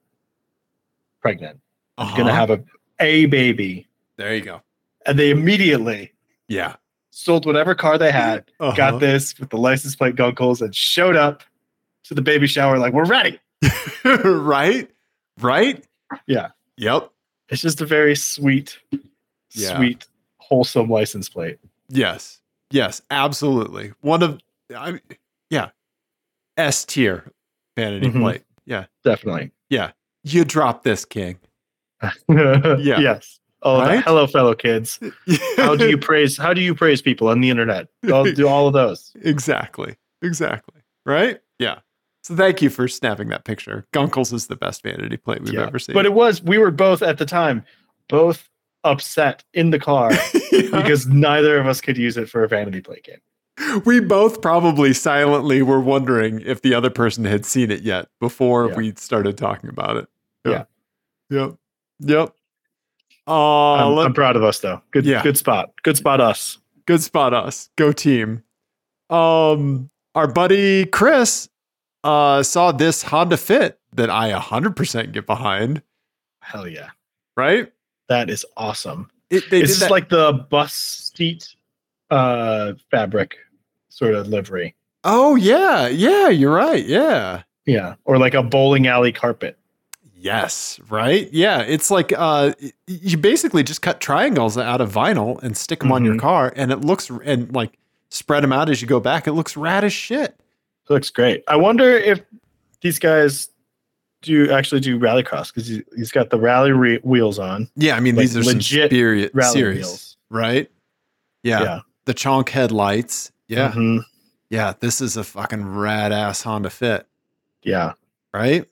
pregnant,
Uh-huh.
going to have a a baby,
There you go.
and they immediately
Yeah.
sold whatever car they had,
Uh-huh.
got this with the license plate gunkles, and showed up to the baby shower like we're ready.
Uh-huh. right? Right?
Yeah.
Yep.
It's just a very sweet,
Yeah.
sweet, wholesome license plate.
Yes. Yes. Absolutely. One of, I mean, yeah. S tier vanity
Mhm.
plate. Yeah.
Definitely.
You drop this, King.
yeah. Yes. Oh,
Right?
hello, fellow kids. How do you praise? How do you praise people on the internet? I'll do all of those.
exactly. Exactly. Right? Yeah. So thank you for snapping that picture. Gunkles is the best vanity plate we've
Yeah.
ever seen.
But it was we were both at the time, both upset in the car
Yeah.
because neither of us could use it for a vanity plate game.
we both probably silently were wondering if the other person had seen it yet before
Yeah.
we started talking about it. Yep. Yep. Uh,
I'm,
let-
I'm proud of us though. Good,
Yeah.
good spot. Good spot. Us.
good spot us. Go team. Um, our buddy Chris uh, saw this Honda Fit that I 100% get behind,
Hell yeah.
right?
That is awesome.
It, they
it's
did
just
that-
like the bus seat uh, fabric sort of livery.
oh, yeah. Yeah, you're right. Yeah.
Yeah. Or like a bowling alley carpet.
Yes, right? Yeah, it's like uh y- you basically just cut triangles out of vinyl and stick them on your
Mhm.
car and it looks and like spread them out as you go back. It looks rad as shit.
It looks great. I wonder if these guys do actually do rallycross because he's, he's got the rally re- wheels on.
Yeah, I mean
Like,
these are some
legit
serious
Rally
serious,
wheels.
right? Yeah.
Yeah.
The chonk headlights. Yeah.
Mhm.
Yeah, this is a fucking rad ass Honda Fit,
Yeah.
right?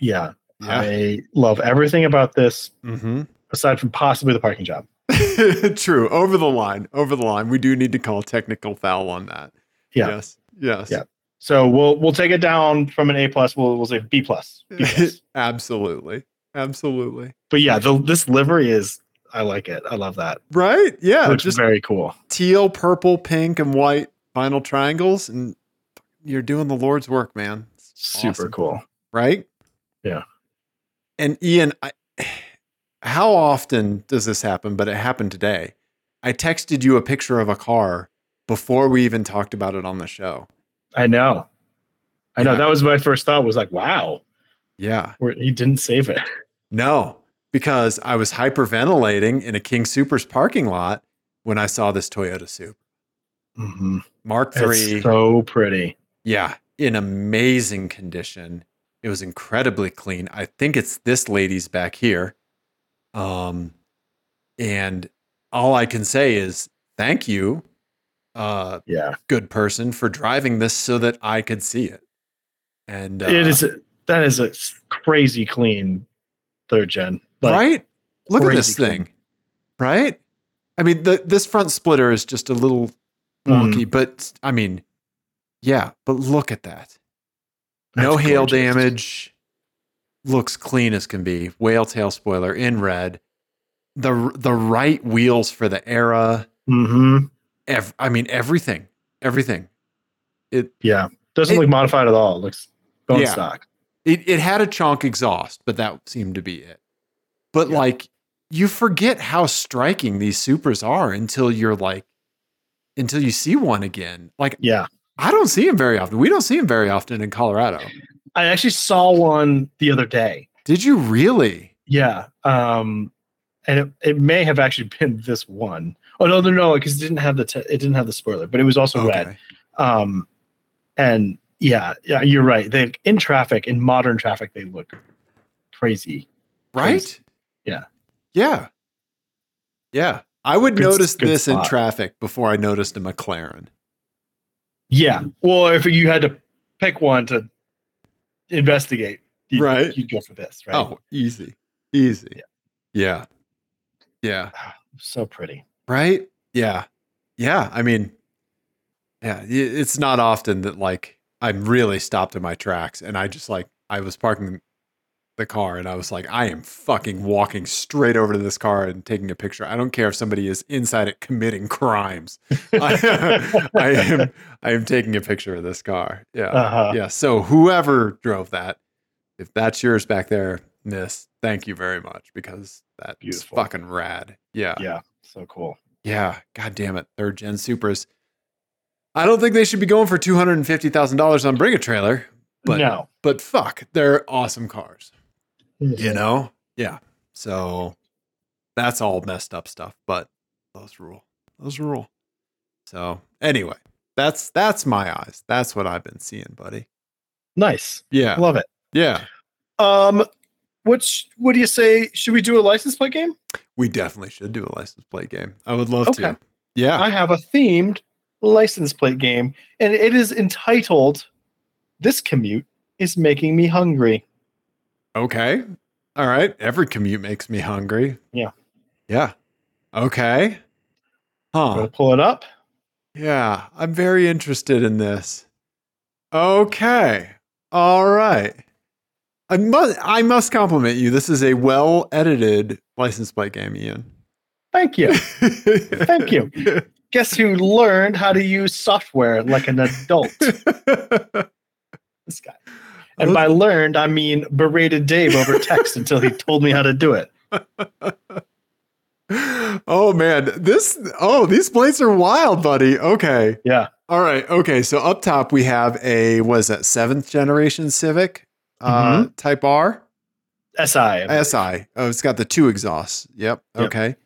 Yeah.
Yeah.
I love everything about this
Mhm.
aside from possibly the parking job.
True. Over the line. Over the line. We do need to call technical foul on that.
Yeah.
Yes. Yes.
Yeah. So we'll we'll take it down from an A plus. We'll we'll say B plus. B
Mm.
plus.
Absolutely. Absolutely.
but yeah, the, this livery is I like it. I love that.
Right? Yeah.
looks
just
very cool.
teal, purple, pink, and white vinyl triangles, and you're doing the Lord's work, man. It's
Super
awesome,
cool.
right?
Yeah.
And Ian, I, how often does this happen? But it happened today. I texted you a picture of a car before we even talked about it on the show.
I know. I know.
Yeah.
That was my first thought. Was like, wow,
Yeah.
where he didn't save it.
No, because I was hyperventilating in a King Supers parking lot when I saw this Toyota Super Mm-hmm.
Mhm.
Mark III.
It's so pretty.
Yeah, in amazing condition. It was incredibly clean. I think it's this lady's back here. Um and all I can say is thank you, uh
Yeah.
good person for driving this so that I could see it. And uh,
It is that is a crazy clean third gen. Like,
right? Look at this
crazy
thing. Right? I mean, the, this front splitter is just a little
mm,
wonky, but I mean, yeah, but look at that.
that's
no hail
gorgeous.
damage. Looks clean as can be. Whale tail spoiler in red. The the right wheels for the era.
Mhm.
Ev- I mean everything. Everything. It,
Yeah. Doesn't
It-
look modified at all. It looks bone
Yeah.
stock.
it it had a chonk exhaust, but that seemed to be it. But
Yeah.
like you forget how striking these supers are until you're like until you see one again. Like
Yeah.
I don't see them very often. We don't see them very often in Colorado.
I actually saw one the other day.
Did you really?
Yeah. Um and it, it may have actually been this one. Oh no, no, no, because it didn't have the t- it didn't have the spoiler, but it was also red. Um, and yeah, yeah, you're right. They in traffic, in modern traffic, they look crazy.
right?
Crazy. Yeah.
Yeah. Yeah. I would
Good-
notice
good
this in
spot.
traffic before I noticed a McLaren.
Yeah. Well, if you had to pick one to investigate, you'd,
Right.
you'd go for this, right?
Oh, easy. Easy. Yeah. Yeah.
so pretty.
Right? Yeah. Yeah. I mean, yeah, i- it's not often that like I'm really stopped in my tracks and I just like I was parking the car and I was like, I am fucking walking straight over to this car and taking a picture. I don't care if somebody is inside it committing crimes. I, I am I am taking a picture of this car. Yeah.
Uh-huh.
Yeah. So whoever drove that, if that's yours back there, miss, thank you very much because that's
Beautiful.
fucking rad. Yeah.
Yeah. So cool.
Yeah, god damn it, third gen Supras. I don't think they should be going for two hundred and fifty thousand dollars on Bring a Trailer, but
no.
but fuck, they're awesome cars. You know, yeah. So that's all messed up stuff, but those rule, those rule. So anyway, that's that's my eyes. That's what I've been seeing, buddy.
Nice.
Yeah,
Love it.
yeah.
Um, which what do you say? Should we do a license plate game?
We definitely should do a license plate game. I would love to.
Okay.
Yeah.
I have a themed license plate game, and it is entitled "This Commute Is Making Me Hungry."
Okay. All right. Every commute makes me hungry.
Yeah.
Yeah. Okay.
I'm
Huh.
gonna pull it up.
Yeah. I'm very interested in this. Okay. All right. I must I must compliment you. This is a well edited license plate game, Ian.
Thank you.
Thank
you. Guess who learned how to use software like an adult? this guy. And by learned, I mean berated Dave over text until he told me how to do it.
oh man. This oh, these plates are wild, buddy. Okay.
Yeah.
All right. Okay. So up top we have a was that seventh generation Civic uh,
Mm-hmm.
Type R
SI.
SI. Oh, it's got the two exhausts. Yep.
Yep.
Okay.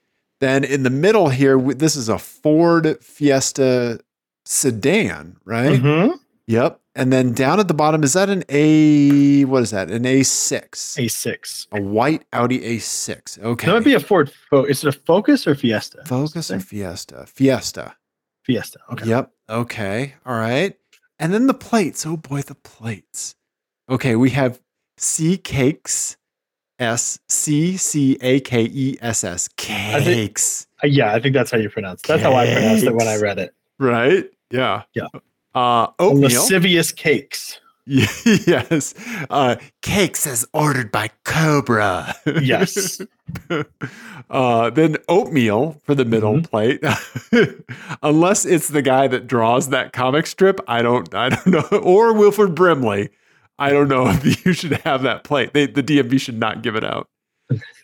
Then in the middle here, we- this is a Ford Fiesta sedan, right?
Mhm.
Yep. And then down at the bottom is that an A? What is that? An A6?
A6.
A white Audi A6. Okay.
That might be a Ford. Fo- is it a Focus or Fiesta?
Focus or Fiesta? Fiesta.
Fiesta. Okay.
Yep. Okay. All right. And then the plates. Oh boy, the plates. Okay, we have C cakes. S C C A K E S S
think-
cakes.
Uh, yeah, I think that's how you pronounce. it. That's how I pronounced it when I read it.
Right? Yeah.
Yeah.
Uh, oatmeal.
Lascivious cakes.
yes. Uh, cakes as ordered by Cobra.
Yes.
uh, then oatmeal for the middle
Mm-hmm.
plate. Unless it's the guy that draws that comic strip, I don't, I don't know, or Wilford Brimley. I don't know if you should have that plate. They, the DMV should not give it out.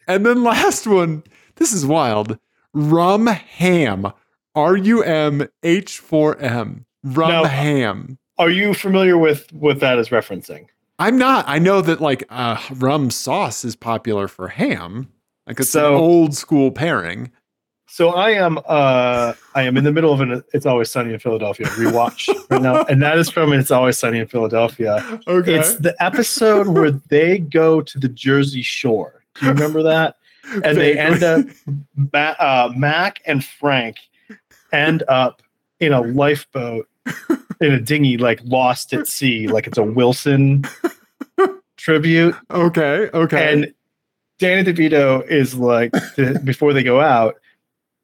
And then last one. This is wild. Rum ham. R U M H 4 M. Rum
Now- uh,
ham.
Are you familiar with what that is referencing?
I'm not. I know that like uh, rum sauce is popular for ham. Like it's an
So-
old school pairing.
So I am. Uh, I am in the middle of an "It's Always Sunny in Philadelphia" rewatch right now, and that is from "It's Always Sunny in Philadelphia."
Okay.
It's the episode where they go to the Jersey Shore. Do you remember that? And they end up, Ma- uh, Mac and Frank end up in a lifeboat in a dinghy, like lost at sea, like it's a Wilson tribute.
Okay. Okay.
And Danny DeVito is like, the, before they go out,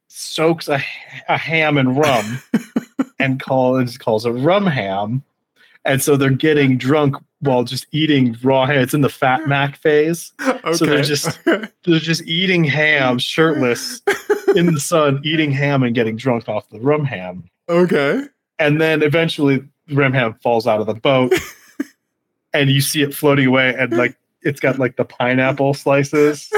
soaks a, a ham in rum and calls calls it rum ham. And so they're getting drunk while just eating raw ham. It's in the fat mac phase.
okay.
so they're just- They're just eating ham shirtless in the sun, eating ham and getting drunk off the rum ham.
okay.
And then eventually rum ham falls out of the boat and you see it floating away and like it's got like the pineapple slices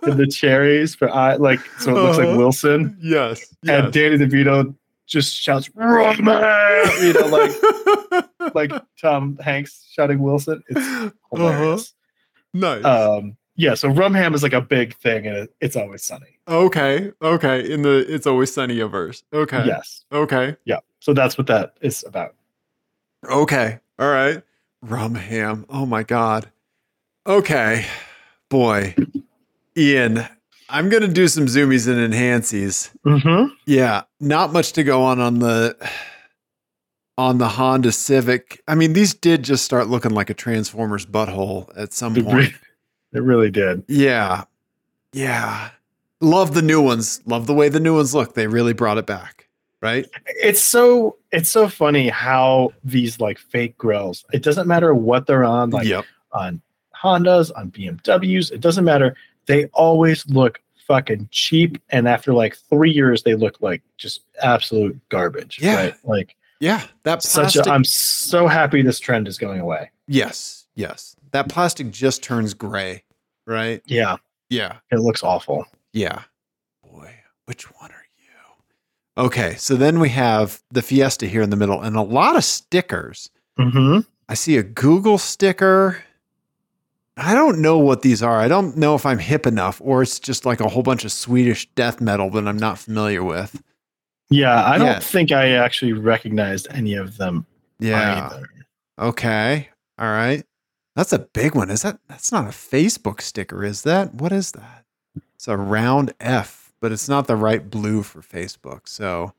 and the cherries for I like so it looks like
Uh-huh.
Wilson.
yes. Yes.
And Danny DeVito just shouts "Rum ham!" you know, like like Tom Hanks shouting Wilson. It's
Uh-huh.
hilarious.
nice.
Um yeah, so rum ham is like a big thing and it, it's always sunny.
okay. Okay. In the it's always sunny verse. Okay.
Yes.
Okay.
Yeah. So that's what that is about.
Okay. All right. Rum ham. Oh my god. Okay. Boy. Ian, I'm gonna do some zoomies and enhancies.
Mm-hmm.
Yeah, not much to go on on the on the Honda Civic. I mean, these did just start looking like a Transformers butthole at some
It,
point.
re- it really did.
Yeah, yeah. Love the new ones. Love the way the new ones look. They really brought it back, right?
It's so it's so funny how these like fake grills, it doesn't matter what they're on, like
yep.
on Hondas, on BMWs. It doesn't matter. They always look fucking cheap. And after like three years, they look like just absolute garbage.
Yeah.
Right. Like
Yeah, that
such
plastic.
a, I'm so happy this trend is going away.
yes, yes. That plastic just turns gray, right?
Yeah.
Yeah,
It looks awful.
yeah. Boy, which one are you? Okay, so then we have the Fiesta here in the middle, and a lot of stickers.
Mm-hmm.
I see a Google sticker. I don't know what these are. I don't know if I'm hip enough, or it's just like a whole bunch of Swedish death metal that I'm not familiar with.
Yeah. I don't
Yeah.
think I actually recognized any of them
Yeah.
either.
Okay. All right. That's a big one. Is that that's not a Facebook sticker, is that? What is that? It's a round F, but it's not the right blue for Facebook. So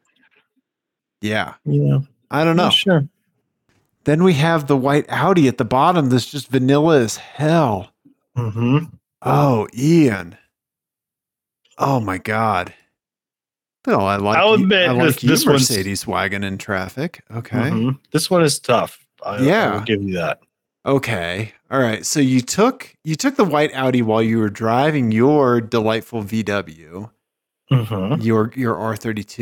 yeah.
You know,
I don't know.
Not sure.
Then we have the white Audi at the bottom that's just vanilla as hell.
Mm-hmm.
Oh, Ian. Oh my God. Bill, I like
I'll
you-
admit
I like
this-
you,
this one's-
Mercedes wagon in traffic. Okay.
Mhm. This one is tough. I, yeah. I
Yeah.
will give you that.
Okay. All right. So you took you took the white Audi while you were driving your delightful VW,
Mhm.
your your R32.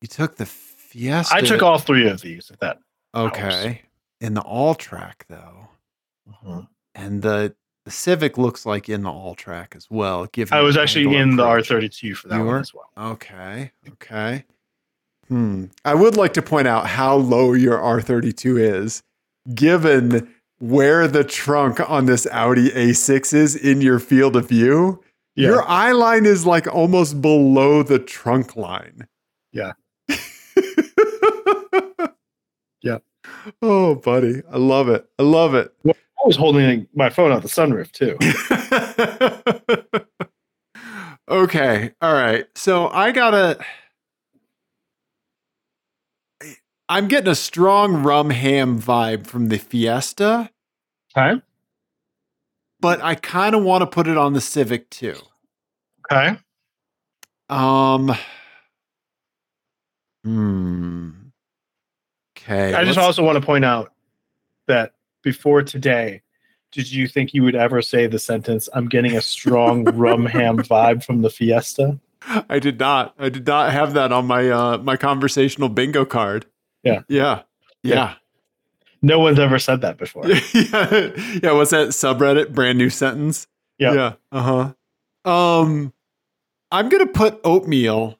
You took the Fiesta.
I took all three of these. If that.
Okay. In the all track though,
Mhm.
and the the Civic looks like in the all track as well. Given
I was
the
actually
angle
in the
approach.
R32 for that
You
one
were?
as well.
Okay. Okay. Hmm. I would like to point out how low your R32 is, given where the trunk on this Audi A6 is in your field of view.
Yeah.
Your eye line is like almost below the trunk line.
Yeah.
yeah.
Yeah.
Oh, buddy. I love it. I love it.
I was holding my phone out the sunroof too.
okay. All right. So I gotta. I'm getting a strong rum ham vibe from the Fiesta,
Okay.
but I kind of want to put it on the Civic too.
Okay.
Um. Hmm. Okay.
I just
let's-
also want to point out that before today, did you think you would ever say the sentence, I'm getting a strong rum ham vibe from the Fiesta?
I did not. I did not have that on my uh my conversational bingo card.
Yeah.
Yeah.
Yeah.
yeah.
No one's ever said that before.
yeah, yeah. What's that subreddit? Brand new sentence.
Yeah.
Uh huh. Um, I'm gonna put oatmeal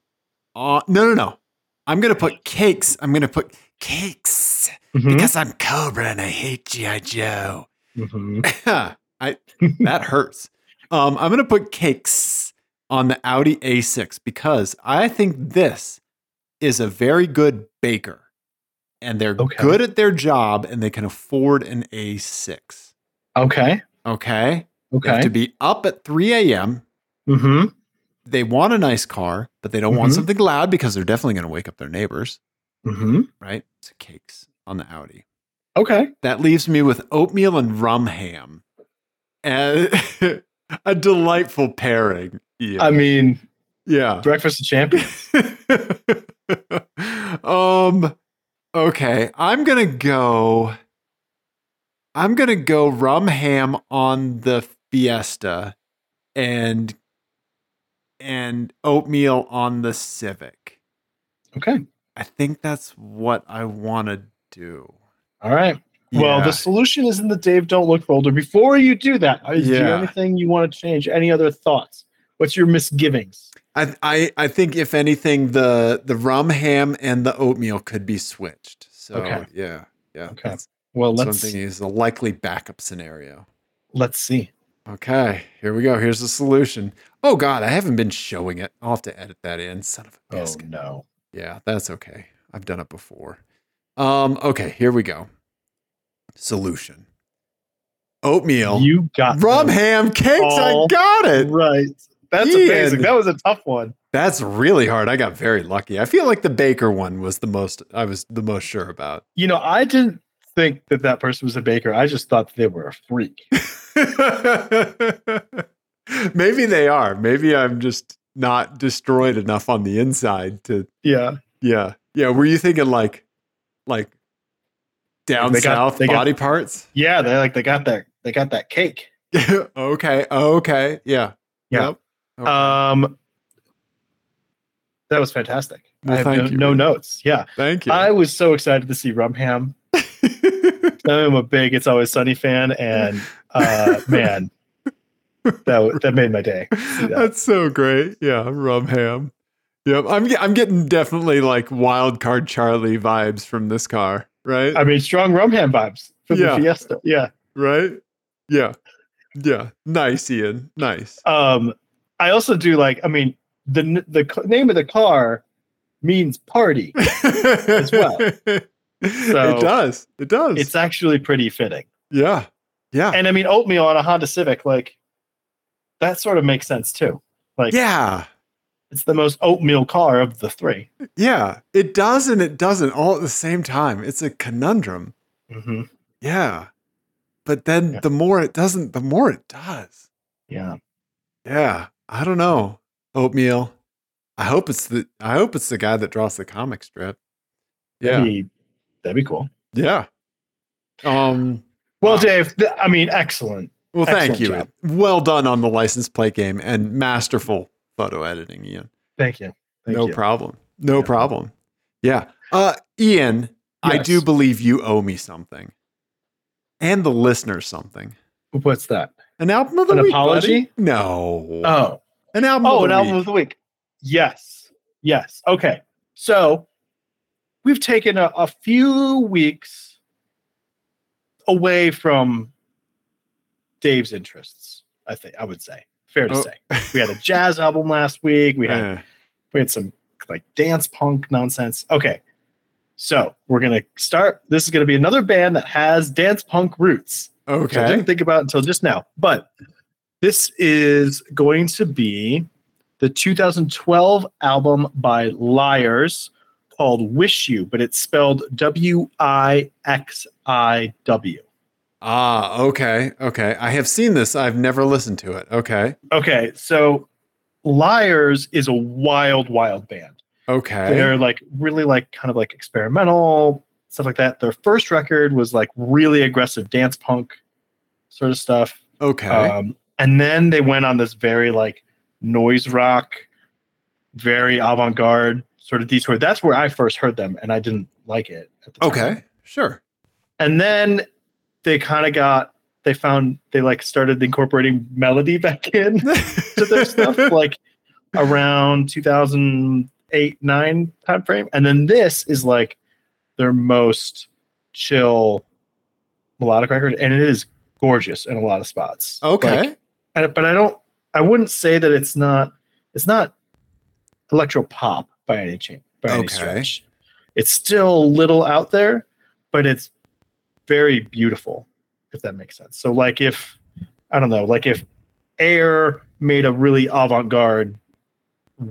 on. No, no, no. I'm gonna put cakes. I'm gonna put cakes
Mhm.
because I'm Cobra and I hate GI Joe.
Mhm.
I that hurts. Um, I'm gonna put cakes on the Audi A6 because I think this is a very good baker, and they're
Okay.
good at their job, and they can afford an A6.
Okay.
Okay, they have
Okay.
to be up at 3 a.m.
hmm
They want a nice car, but they don't want
Mhm.
something loud because they're definitely gonna wake up their neighbors,
hmm
right? So cakes on the Audi.
Okay.
That leaves me with oatmeal and rum ham. And a delightful pairing. Ian.
I mean,
yeah.
breakfast of champions.
um okay, I'm going to go I'm going to go rum ham on the Fiesta and and oatmeal on the Civic.
Okay.
I think that's what I want to do.
All right. Well,
Yeah.
the solution is in the Dave Don't Look folder. Before you do that, is
Yeah.
there anything you want to change? Any other thoughts? What's your misgivings?
I, I I think if anything, the the rum ham and the oatmeal could be switched. So
Okay.
yeah, yeah.
Okay.
That's,
Well,
that's what I'm
let's
thinking is the likely backup scenario.
let's see.
Okay, here we go. Here's the solution. Oh God, I haven't been showing it. I'll have to edit that in. Son of a
Oh
biscuit.
no.
Yeah, that's okay. I've done it before. Um. Okay, here we go. Solution. Oatmeal,
You got
rum
them
ham cakes. I
All
got it.
right. That's
Ian.
amazing. That was a tough one.
That's really hard. I got very lucky. I feel like the Baker one was the most I was the most sure about.
You know, I didn't think that that person was a baker. I just thought they were a freak.
Maybe they are. Maybe I'm just not destroyed enough on the inside to
Yeah.
yeah. Yeah, were you thinking like like down
They got-
south
they got-
body parts?
Yeah. They like they got that They got that cake.
okay. Okay. Yeah.
Yeah.
Yep. Okay.
Um, that was fantastic.
Well,
I have
thank
no,
you.
no notes. Yeah.
Thank you.
I was so excited to see Rumham. I'm a big It's Always Sunny fan, and uh, man, that wa- that made my day. See that.
That's so great. Yeah, Rum Ham. Yep, I'm ge- I'm getting definitely like wild card Charlie vibes from this car, right?
I mean, strong Rumham vibes for
Yeah.
the Fiesta. Yeah.
right? Yeah. Yeah. Nice, Ian. Nice.
Um, I also do like. I mean, the n- the c- name of the car means party.
As
well.
it does. It does.
It's actually pretty fitting.
yeah. Yeah.
And I mean, oatmeal on a Honda Civic, like that sort of makes sense too. Like,
yeah.
it's the most oatmeal car of the three.
Yeah. It does and it doesn't all at the same time. It's a conundrum.
Mm-hmm.
Yeah. But then
Yeah.
the more it doesn't, the more it does.
Yeah.
Yeah, I don't know. Oatmeal. I hope it's the I hope it's the guy that draws the comic strip. Yeah.
That'd be, that'd be cool.
Yeah. Um
Well,
Wow.
Dave, th- I mean, excellent.
well thank
Excellent
you.
job.
Well done on the license plate game and masterful photo editing, Ian.
Thank you. Thank
no
you.
problem. No
Yeah.
problem. Yeah. Uh Ian, I do
Yes.
believe you owe me something. And the listener something.
What's that?
An album of the
An
week.
apology?
buddy? No.
Oh,
an album
oh,
of
an
the
album
week.
of the week. Yes. Yes. Okay. So we've taken a, a few weeks away from Dave's interests, I think, I would say. Fair to
Oh.
say. We had a jazz album last week. We had
Eh.
we had some like dance punk nonsense. Okay. So we're gonna start. This is gonna be another band that has dance punk roots, which I
Eh, Okay.
didn't think about until just now. But this is going to be the 2012 album by Liars called Wish You, but it's spelled W I X I W.
Ah, okay. Okay. I have seen this. I've never listened to it. Okay.
Okay, so Liars is a wild, wild band.
Okay.
They're like really like kind of like experimental stuff like that. Their first record was like really aggressive dance punk sort of stuff.
Okay.
Um, and then they went on this very like noise rock, very avant garde sort of detour. That's where I first heard them, and I didn't like it. At the time.
okay. Sure.
And then they kind of got they found they like started incorporating melody back in to their stuff like around 2008 9 time frame and then this is like their most chill melodic record and it is gorgeous in a lot of spots
okay.
Like, I- but i don't i wouldn't say that it's not it's not electro pop by any chance by any
Okay.
stretch it's still a little out there but it's very beautiful if that makes sense so like if i don't know like if air made a really avant-garde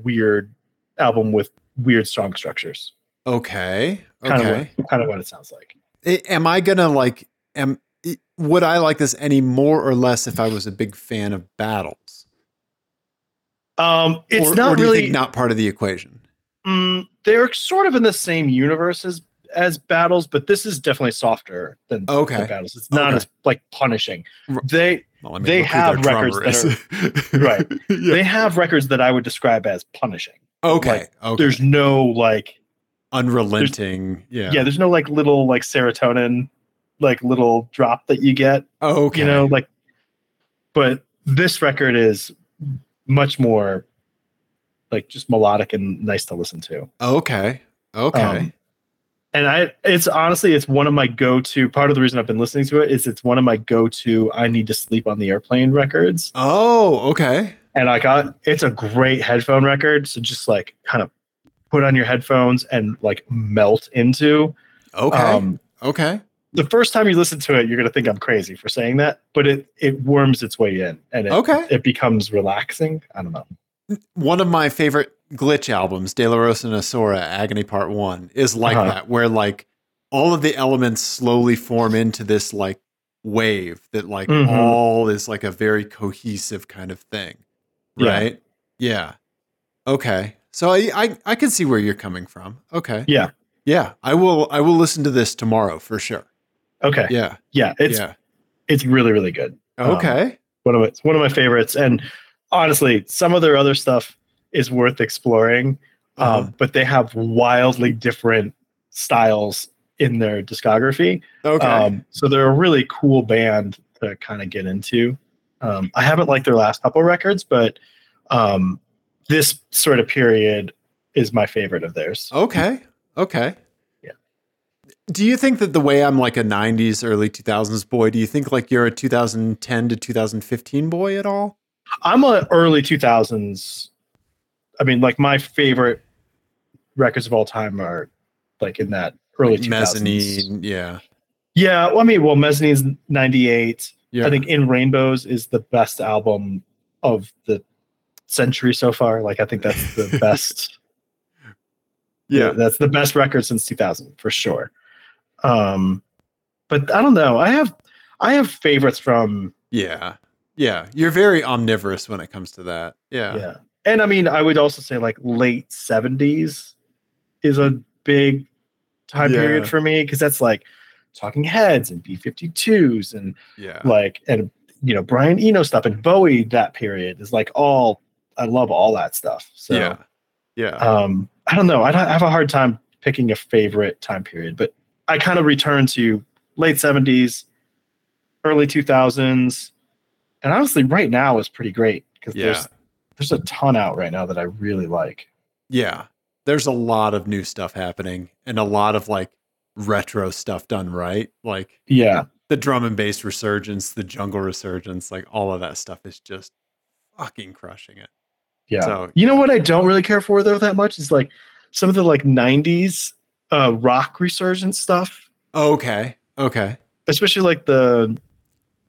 weird album with weird song structures
okay.
kind of
Okay.
what, kind of what it sounds like
I- am I going to like am i- would I like this any more or less if I was a big fan of battles?
um it's
or,
not
or do
really
you think not part of the equation.
Mm, they're sort of in the same universe as as battles, but this is definitely softer than the
Okay.
battles. It's not
Okay.
as like punishing.
R-
They
Well, I mean,
They
look who
have
their
records
drummer is.
Right.
yeah.
they have records that I would describe as punishing.
okay. okay.
There's no like
Unrelenting. yeah.
yeah. there's no like little like serotonin like little drop that you get,
Okay.
you know, like but this record is much more like just melodic and nice to listen to.
Okay. Okay.
Um, and I it's honestly it's one of my go-to part of the reason I've been listening to it is it's one of my go-to I need to sleep on the airplane records.
oh, okay.
And I got it's a great headphone record. So just like kind of put on your headphones and like melt into.
Okay.
Um
okay.
the first time you listen to it, you're gonna think I'm crazy for saying that, but it it worms its way in and it,
Okay.
it becomes relaxing. I don't know.
one of my favorite glitch albums, De La Rosa and Asura, Agony Part One, is like
Uh-huh.
that, where like all of the elements slowly form into this like wave that like
Mhm.
all is like a very cohesive kind of thing.
Yeah.
Right? Yeah. Okay. So I, I I can see where you're coming from. Okay.
Yeah.
Yeah. I will I will listen to this tomorrow for sure.
Okay. Yeah,
Yeah.
it's
yeah.
It's really really good. Um,
Okay.
One of my, it's one of my favorites, and honestly, some of their other stuff is worth exploring.
Uh-huh.
Um, but they have wildly different styles in their discography.
okay.
Um, so they're a really cool band to kind of get into. Um, I haven't liked their last couple records, but um, this sort of period is my favorite of theirs.
Okay. Okay.
Yeah.
Do you think that the way I'm like a 90s, early 2000s boy, do you think like you're a 2010 to 2015 boy at all?
I'm a early 2000s. I mean, like my favorite records of all time are like in that early 2000s.
Mezzanine. Yeah.
Yeah, well, I mean, well, Mezzanine's 98.
Yeah.
I think In Rainbows is the best album of the century so far. Like, I think that's the best.
yeah.
that's the best record since 2000 for sure. Um, but I don't know. I have I have favorites from
Yeah. Yeah. You're very omnivorous when it comes to that.
yeah.
Yeah.
and I mean, I would also say like late 70s is a big time
Yeah.
period for me because that's like Talking Heads and B52s and
Yeah.
like and you know Brian Eno stuff and Bowie that period is like all I love all that stuff. So
yeah. Yeah.
um I don't know. I don't- I have a hard time picking a favorite time period, but I kind of return to late 70s, early 2000s. And honestly right now is pretty great cuz
Yeah.
there's there's a ton out right now that I really like.
yeah. There's a lot of new stuff happening and a lot of like retro stuff done right. Like
Yeah.
the drum and bass resurgence, the jungle resurgence, like all of that stuff is just fucking crushing it.
Yeah.
So
You know what I don't really care for though that much is like some of the like 90s uh rock resurgence stuff
okay, okay,
especially like the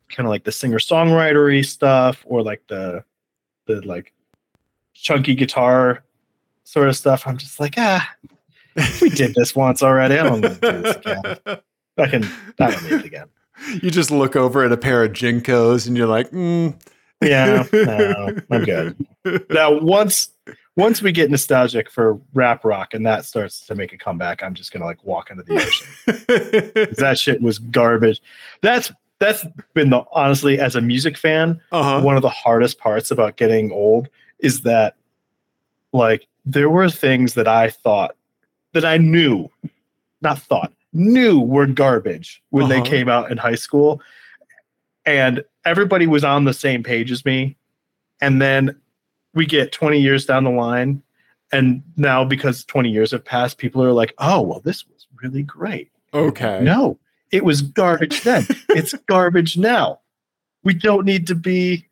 kind of like the singer songwritery stuff or like the the like chunky guitar sort of stuff i'm just like ah we did this once already i don't need to do this again i can i don't need it again
you just look over at a pair of jinkos and you're like, mm.
yeah no, i'm good now once once we get nostalgic for rap rock and that starts to make a comeback i'm just gonna like walk into the ocean 'Cause that shit was garbage that's that's been the honestly as a music fan
uh-huh.
one of the hardest parts about getting old is that like there were things that I thought that I knew, not thought, knew were garbage when
Uh-huh.
they came out in high school. And everybody was on the same page as me. And then we get 20 years down the line. And now, because 20 years have passed, people are like, oh, well, this was really great.
Okay.
No, it was garbage then. it's garbage now. We don't need to be.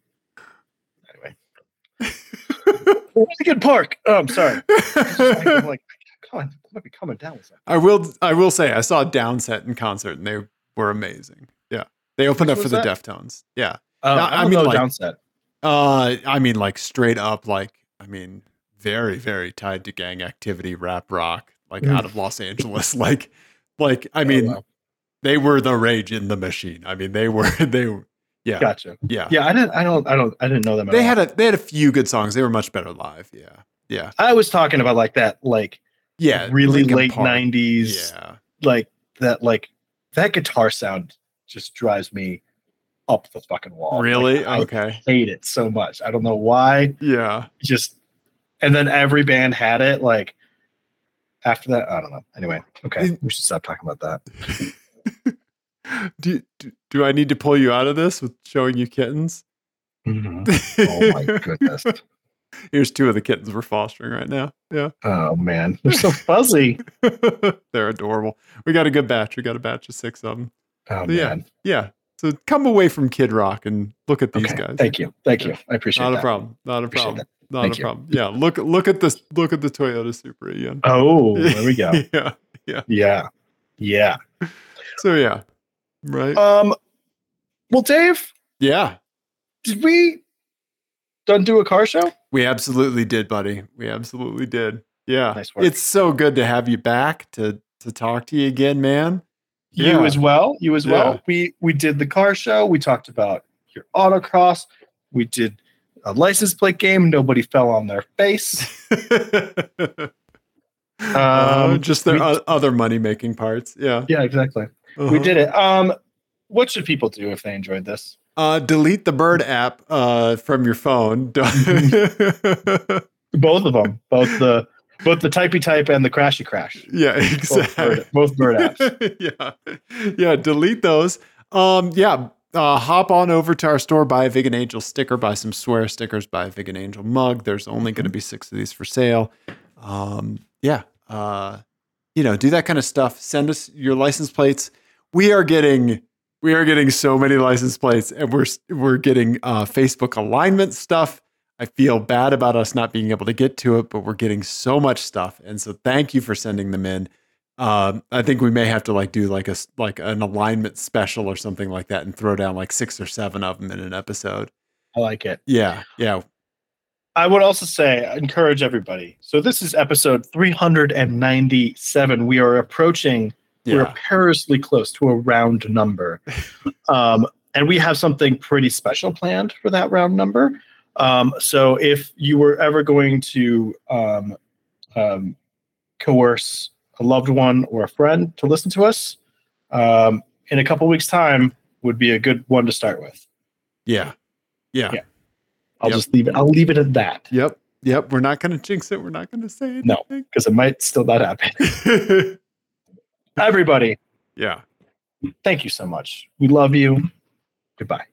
Anyway. Oregon Park. Oh, I'm sorry. I'm like, come on, I might be coming down with something.
I will. I will say I saw Downset in concert and they were amazing. Yeah, they opened
Which
up for
was
the
that?
Deftones. Yeah.
Um,
I
I,
mean,
mean,
like-
downset.
Uh, I mean, like straight up, like I mean, very, very tied to gang activity, rap rock, like
Mm. Oh,
out of Los Angeles, like, like I mean,
wow.
they were the rage in the machine. I mean, they were, they, were- yeah,
Gotcha.
yeah,
Yeah, I didn't. I don't. I don't. I didn't know them. At
They
all.
had a, they had a few good songs. They were much better live. Yeah, yeah,
I was talking about like that, like
yeah.
really
Linkin
late
Park.
'90s,
Yeah,
like that, like that guitar sound just drives me up the fucking wall. Like,
really? Oh.
I
okay.
hate it so much. I don't know why.
Yeah.
just and then every band had it like after that i don't know anyway okay we should stop talking about that
Do, do do I need to pull you out of this with showing you kittens? Mm-hmm.
oh my goodness
Here's two of the kittens we're fostering right now. Yeah.
oh man they're so fuzzy
They're adorable. We got a good batch. We got a batch of six of them.
oh
Yeah,
man
Yeah. So come away from Kid Rock and look at these
okay
guys.
thank you thank you i appreciate
Not
that
a problem. Not a
Appreciate
problem.
that.
Not
Thank
a
you.
problem. Yeah. Look look at this. Look at the Toyota Supra again.
oh there we go
yeah.
yeah yeah
So yeah. Right.
um well dave
yeah.
did we done do a car show
We absolutely did, buddy. We absolutely did. Yeah.
Nice work.
It's so good to have you back to to talk to you again, man. Yeah.
you as well you as
Yeah.
well we we did the car show we talked about your autocross we did a license plate game nobody fell on their face
Uh,
Um,
just their
we-
Uh, o- other money making parts. Yeah.
yeah exactly
Uh-huh.
we did it um what should people do if they enjoyed this?
Uh, delete the bird app uh, from your phone.
Both of them, both the both the typey type and the crashy crash.
yeah,
Both
exactly.
bird, both bird apps.
yeah, yeah. Delete those. Um, yeah. Uh, hop on over to our store, buy a Vegan Angel sticker, buy some swear stickers, buy a Vegan Angel mug. There's only
Mm-hmm.
going to be six of these for sale. Um, yeah. Uh, you know, do that kind of stuff. Send us your license plates. We are getting we are getting so many license plates, and we're we're getting uh, Facebook alignment stuff. I feel bad about us not being able to get to it, but we're getting so much stuff, and so thank you for sending them in. Um, I think we may have to like do like a s- like an alignment special or something like that, and throw down like six or seven of them in an episode.
I like it.
Yeah, yeah,
I would also say I encourage everybody. So this is episode 397. We are approaching, we're
yeah.
perilously close to a round number. um, and we have something pretty special planned for that round number. Um, so if you were ever going to um, um, coerce a loved one or a friend to listen to us, um, in a couple weeks' time would be a good one to start with.
yeah, yeah,
Yeah. I'll
Yep.
just leave it. I'll leave it at that
Yep, yep. We're not gonna jinx it. We're not gonna say
No.
anything.
because it might still not happen. Everybody,
yeah.
thank you so much. We love you. Goodbye.